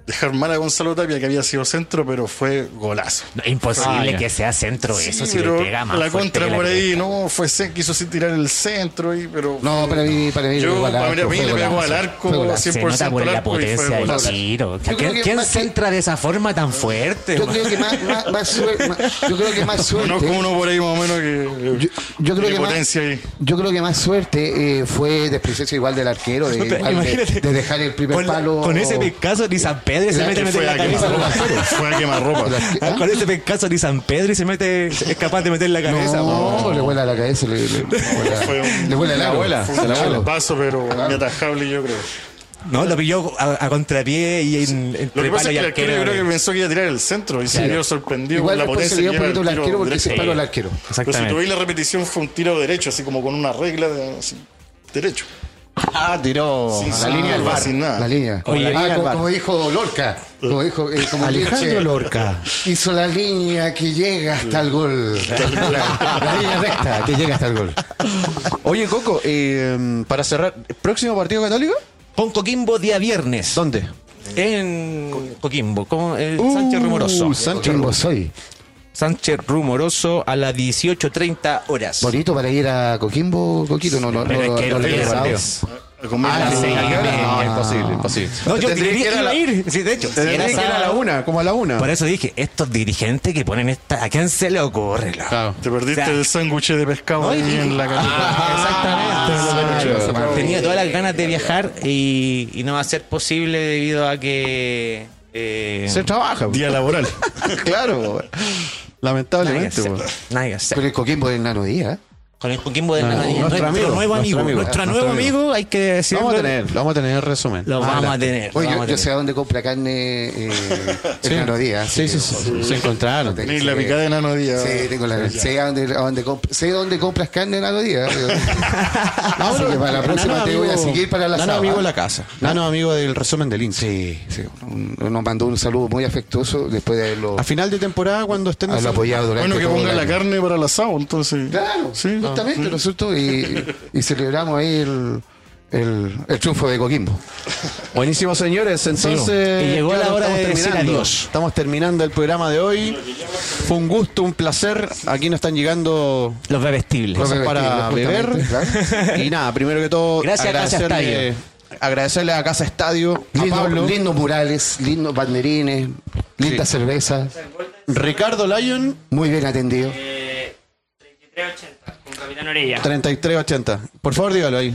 [SPEAKER 4] dejar mal a Gonzalo Tapia, que había sido centro, pero fue golazo.
[SPEAKER 1] No, Imposible
[SPEAKER 2] Ah, ya.
[SPEAKER 1] que sea centro Pues eso, si
[SPEAKER 4] pero
[SPEAKER 1] le pega más
[SPEAKER 4] la
[SPEAKER 1] fuerte
[SPEAKER 4] contra
[SPEAKER 1] que la
[SPEAKER 4] por
[SPEAKER 1] que-
[SPEAKER 4] ahí, no, fue se quiso sí tirar el centro, y, pero.
[SPEAKER 3] No, para mí, para mí, le
[SPEAKER 4] Yo,
[SPEAKER 3] pegó al
[SPEAKER 4] para mí, a
[SPEAKER 3] arco,
[SPEAKER 4] mí
[SPEAKER 3] fue
[SPEAKER 4] le pegó al
[SPEAKER 3] golazo.
[SPEAKER 4] arco
[SPEAKER 3] Fue golazo.
[SPEAKER 4] 100%
[SPEAKER 1] Se nota por
[SPEAKER 4] al
[SPEAKER 1] la
[SPEAKER 4] arco y fue
[SPEAKER 1] potencia del
[SPEAKER 4] golazo.
[SPEAKER 1] tiro.
[SPEAKER 3] Yo creo
[SPEAKER 1] ¿Quién,
[SPEAKER 3] que
[SPEAKER 1] quién
[SPEAKER 3] más que-
[SPEAKER 1] centra de esa forma tan fuerte?
[SPEAKER 3] Yo
[SPEAKER 1] man?
[SPEAKER 3] creo que más, más, más suerte. más- yo creo que más suerte.
[SPEAKER 4] Conozco uno por ahí más o menos que. eh,
[SPEAKER 3] Yo, yo creo
[SPEAKER 4] que
[SPEAKER 3] que más,
[SPEAKER 4] potencia ahí.
[SPEAKER 3] yo creo que más suerte eh, fue desprecio igual del arquero, de, igual de-
[SPEAKER 1] Imagínate.
[SPEAKER 3] de dejar el primer
[SPEAKER 1] con, la-
[SPEAKER 3] palo.
[SPEAKER 1] Con ese pescazo ni San Pedro se
[SPEAKER 3] La-
[SPEAKER 1] mete a meter
[SPEAKER 4] Fue
[SPEAKER 1] la
[SPEAKER 4] a
[SPEAKER 1] cabeza.
[SPEAKER 4] quemarropa. Fue a quemarropa.
[SPEAKER 3] El arque-
[SPEAKER 1] Ah,
[SPEAKER 3] ¿Ah?
[SPEAKER 1] Con ese pescazo ni San Pedro y se mete, es capaz de meter la cabeza.
[SPEAKER 3] No,
[SPEAKER 1] po.
[SPEAKER 3] le vuela la cabeza, le, le,
[SPEAKER 4] Fue
[SPEAKER 3] vuela,
[SPEAKER 4] un-
[SPEAKER 3] le vuela el
[SPEAKER 2] la
[SPEAKER 3] aro.
[SPEAKER 2] vuela,
[SPEAKER 4] Fue
[SPEAKER 2] se la
[SPEAKER 4] un
[SPEAKER 2] vuela.
[SPEAKER 4] paso, pero inatajable, yo creo.
[SPEAKER 1] No, lo pilló a, a contrapié y en, entre
[SPEAKER 4] Lo que
[SPEAKER 1] palo
[SPEAKER 4] pasa es
[SPEAKER 1] y
[SPEAKER 4] que el arquero yo creo que
[SPEAKER 1] arquero.
[SPEAKER 4] pensó que iba a tirar el centro y se
[SPEAKER 1] Claro.
[SPEAKER 4] vio sorprendido
[SPEAKER 3] Igual
[SPEAKER 4] por la potencia
[SPEAKER 3] responsabilidad
[SPEAKER 4] que
[SPEAKER 3] un poquito el
[SPEAKER 4] lleva el
[SPEAKER 3] arquero
[SPEAKER 4] tiro
[SPEAKER 3] porque
[SPEAKER 4] derecho.
[SPEAKER 3] se paró el arquero.
[SPEAKER 4] Pero si tú
[SPEAKER 1] Exactamente.
[SPEAKER 4] veis la repetición fue un tiro derecho, así como con una regla de- así, derecho.
[SPEAKER 2] Ah, tiró. a
[SPEAKER 4] Sin
[SPEAKER 2] la
[SPEAKER 4] salva,
[SPEAKER 2] línea del bar.
[SPEAKER 4] sin nada.
[SPEAKER 3] La línea.
[SPEAKER 1] Oye, la
[SPEAKER 3] Ah,
[SPEAKER 1] línea
[SPEAKER 2] del
[SPEAKER 3] como,
[SPEAKER 2] bar.
[SPEAKER 3] como dijo Lorca. Como dijo, eh, como Nietzsche,
[SPEAKER 2] Lorca.
[SPEAKER 3] Hizo la línea que llega hasta el gol. La, línea recta que llega hasta el gol.
[SPEAKER 2] Oye, Coco, eh, para cerrar, ¿próximo partido católico?
[SPEAKER 1] Con Coquimbo día viernes.
[SPEAKER 2] ¿Dónde?
[SPEAKER 1] En Coquimbo, con el Sánchez Rumoroso.
[SPEAKER 2] Uh, Sánchez
[SPEAKER 3] Chimbo soy.
[SPEAKER 1] Sánchez Rumoroso a las 18.30 horas.
[SPEAKER 3] Bonito para ir a Coquimbo, Coquito. No, no, no,
[SPEAKER 1] Pero es
[SPEAKER 3] no,
[SPEAKER 1] que
[SPEAKER 3] no
[SPEAKER 1] no
[SPEAKER 3] lo he
[SPEAKER 1] tiene
[SPEAKER 3] llevado.
[SPEAKER 1] sentido.
[SPEAKER 4] A comer
[SPEAKER 1] Ah,
[SPEAKER 4] la-
[SPEAKER 1] sí.
[SPEAKER 2] No,
[SPEAKER 1] Ah.
[SPEAKER 2] imposible, imposible.
[SPEAKER 1] No, yo
[SPEAKER 2] Tendría
[SPEAKER 1] quería
[SPEAKER 2] que ir a la-
[SPEAKER 1] ir. Sí, de hecho, si
[SPEAKER 2] tendría
[SPEAKER 1] era
[SPEAKER 2] que ir a la
[SPEAKER 1] sábado-
[SPEAKER 2] una, como a la una.
[SPEAKER 1] Por eso dije, estos dirigentes que ponen esta, ¿a quién se le ocurre? loco?
[SPEAKER 2] Claro.
[SPEAKER 4] Te perdiste
[SPEAKER 1] O sea,
[SPEAKER 4] el sándwich de pescado ahí en la
[SPEAKER 1] Ah, exactamente.
[SPEAKER 4] cancha.
[SPEAKER 1] Tenía todas las ganas de viajar y, y no va a ser posible debido a que... eh,
[SPEAKER 2] Se trabaja.
[SPEAKER 4] Día laboral.
[SPEAKER 2] claro, po.
[SPEAKER 1] nada que
[SPEAKER 2] lamentablemente.
[SPEAKER 1] hacer,
[SPEAKER 2] po.
[SPEAKER 1] nada que hacer.
[SPEAKER 3] Pero el Coquimbo del Nano Díaz.
[SPEAKER 1] Con el Coquimbo de
[SPEAKER 2] No,
[SPEAKER 1] Nanadilla,
[SPEAKER 2] nuestro
[SPEAKER 1] nuestro
[SPEAKER 2] amigo,
[SPEAKER 1] nuevo
[SPEAKER 2] nuestro
[SPEAKER 1] amigo.
[SPEAKER 2] amigo.
[SPEAKER 1] Nuestro
[SPEAKER 2] Nuestro
[SPEAKER 1] nuevo
[SPEAKER 2] amigo.
[SPEAKER 1] amigo, hay que
[SPEAKER 2] Lo
[SPEAKER 1] decirlo.
[SPEAKER 2] vamos a tener, lo vamos a tener en resumen.
[SPEAKER 1] Lo
[SPEAKER 2] Más
[SPEAKER 1] vamos a
[SPEAKER 2] adelante.
[SPEAKER 1] tener. lo vamos
[SPEAKER 3] Oye, yo,
[SPEAKER 1] a
[SPEAKER 3] yo
[SPEAKER 1] tener.
[SPEAKER 3] sé a dónde compra carne eh, el
[SPEAKER 2] Sí.
[SPEAKER 3] Nano Díaz.
[SPEAKER 2] Sí, sí, sí,
[SPEAKER 3] así que-
[SPEAKER 2] sí, Se encontraron.
[SPEAKER 4] Ni la picada de nano día.
[SPEAKER 3] Sí, tengo la sé a dónde, a dónde comp- sé dónde compras carne ¿eh? Nano Díaz. Así que para la próxima te voy a seguir para la
[SPEAKER 2] Nano
[SPEAKER 3] sábana.
[SPEAKER 2] amigo de la casa. Nano amigo del resumen del INSE.
[SPEAKER 3] Sí, sí, un- nos mandó un saludo muy afectuoso después de haberlo,
[SPEAKER 2] A final de temporada, cuando estén desarrollando-
[SPEAKER 3] haberlo Ah, apoyado durante
[SPEAKER 4] Bueno, que
[SPEAKER 3] todo el
[SPEAKER 4] pongan la
[SPEAKER 3] año.
[SPEAKER 4] carne para el asado, entonces.
[SPEAKER 3] Claro,
[SPEAKER 4] Sí.
[SPEAKER 3] justamente, ¿no es cierto? Y, y celebramos ahí el, el, el triunfo de Coquimbo.
[SPEAKER 2] Buenísimo, señores. Entonces,
[SPEAKER 1] Y llegó la
[SPEAKER 2] claro,
[SPEAKER 1] hora
[SPEAKER 2] estamos
[SPEAKER 1] de decir
[SPEAKER 2] terminando.
[SPEAKER 1] adiós.
[SPEAKER 2] Estamos terminando el programa de hoy. Fue un gusto, un placer. Aquí nos están llegando
[SPEAKER 1] Los bebestibles.
[SPEAKER 3] Los
[SPEAKER 2] cosas para
[SPEAKER 3] bebestibles,
[SPEAKER 2] beber.
[SPEAKER 3] justamente,
[SPEAKER 2] Y nada, primero que todo,
[SPEAKER 1] Gracias a Casa
[SPEAKER 2] agradecerle, agradecerle a Casa Estadio, a
[SPEAKER 3] Lindo-
[SPEAKER 2] Pablo,
[SPEAKER 3] lindos murales, lindos banderines, linda cerveza,
[SPEAKER 2] Ricardo Lyon,
[SPEAKER 3] muy bien atendido.
[SPEAKER 5] 3380 con Capitán Orella.
[SPEAKER 2] 3380. Por favor, dígalo ahí.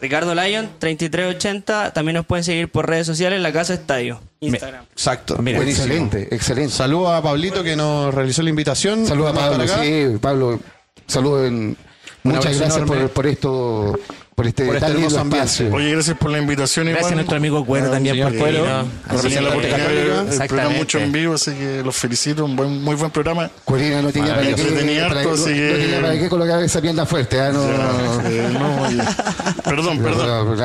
[SPEAKER 5] Ricardo Lyon, 3380. También nos pueden seguir por redes sociales, La Casa Estadio, Instagram.
[SPEAKER 2] Exacto.
[SPEAKER 1] Mira,
[SPEAKER 2] Buenísimo.
[SPEAKER 3] Excelente, excelente.
[SPEAKER 2] Saludos a Pablito que nos realizó la invitación.
[SPEAKER 3] Saludos a
[SPEAKER 2] Vamos
[SPEAKER 3] Pablo,
[SPEAKER 2] estar acá.
[SPEAKER 3] sí, Pablo, saludos. en-
[SPEAKER 2] Un
[SPEAKER 3] Muchas
[SPEAKER 2] abrazo
[SPEAKER 3] gracias por,
[SPEAKER 2] enorme.
[SPEAKER 3] por esto, por por este,
[SPEAKER 2] Por este
[SPEAKER 3] tan lindo
[SPEAKER 2] hermoso ambiente.
[SPEAKER 3] espacio.
[SPEAKER 4] Oye, gracias por la invitación.
[SPEAKER 1] Gracias
[SPEAKER 4] igual.
[SPEAKER 1] a nuestro amigo Cuero
[SPEAKER 4] Ah,
[SPEAKER 1] también
[SPEAKER 4] señor,
[SPEAKER 1] por Cuero.
[SPEAKER 4] eh,
[SPEAKER 1] No,
[SPEAKER 4] por
[SPEAKER 1] así
[SPEAKER 4] tener la
[SPEAKER 1] que-
[SPEAKER 4] oportunidad de ver el programa
[SPEAKER 1] Exactamente.
[SPEAKER 4] mucho en vivo, así que los felicito. Un buen, muy buen programa.
[SPEAKER 3] Corina no tenía para qué,
[SPEAKER 4] Maravilloso. Tenía
[SPEAKER 3] para-
[SPEAKER 4] harto,
[SPEAKER 3] no-
[SPEAKER 4] así
[SPEAKER 3] no
[SPEAKER 4] que-
[SPEAKER 3] tenía para qué colocar esa pierna fuerte. ah, No,
[SPEAKER 4] Eh, no, oye. Perdón,
[SPEAKER 3] No, no, no,
[SPEAKER 4] perdón. Ya,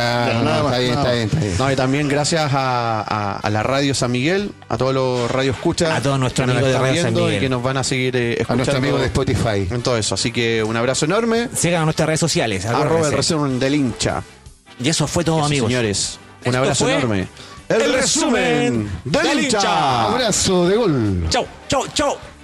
[SPEAKER 3] está bien, está
[SPEAKER 4] nada más, nada más.
[SPEAKER 3] bien, está bien.
[SPEAKER 2] No, y también gracias a, a- a la radio San Miguel, a todos los radio escuchas.
[SPEAKER 1] A todos nuestros
[SPEAKER 2] que nos
[SPEAKER 1] amigos de
[SPEAKER 2] están
[SPEAKER 1] Radio San
[SPEAKER 2] viendo
[SPEAKER 1] Miguel.
[SPEAKER 2] Y que nos van a seguir eh,
[SPEAKER 3] A
[SPEAKER 2] escuchando.
[SPEAKER 3] nuestro amigo de Spotify.
[SPEAKER 2] En todo eso. Así que un abrazo enorme.
[SPEAKER 1] Sigan a nuestras redes sociales.
[SPEAKER 2] Arroba el
[SPEAKER 1] acuérdense.
[SPEAKER 2] resumen del hincha.
[SPEAKER 1] Y eso fue todo,
[SPEAKER 2] Eso,
[SPEAKER 1] amigos.
[SPEAKER 2] Señores, un
[SPEAKER 1] Esto
[SPEAKER 2] abrazo
[SPEAKER 1] fue
[SPEAKER 2] enorme. El,
[SPEAKER 1] el
[SPEAKER 2] resumen
[SPEAKER 1] resumen
[SPEAKER 2] del
[SPEAKER 1] del
[SPEAKER 2] hincha.
[SPEAKER 4] Ah.
[SPEAKER 1] hincha.
[SPEAKER 3] Abrazo de gol.
[SPEAKER 1] Chau, chau, chau.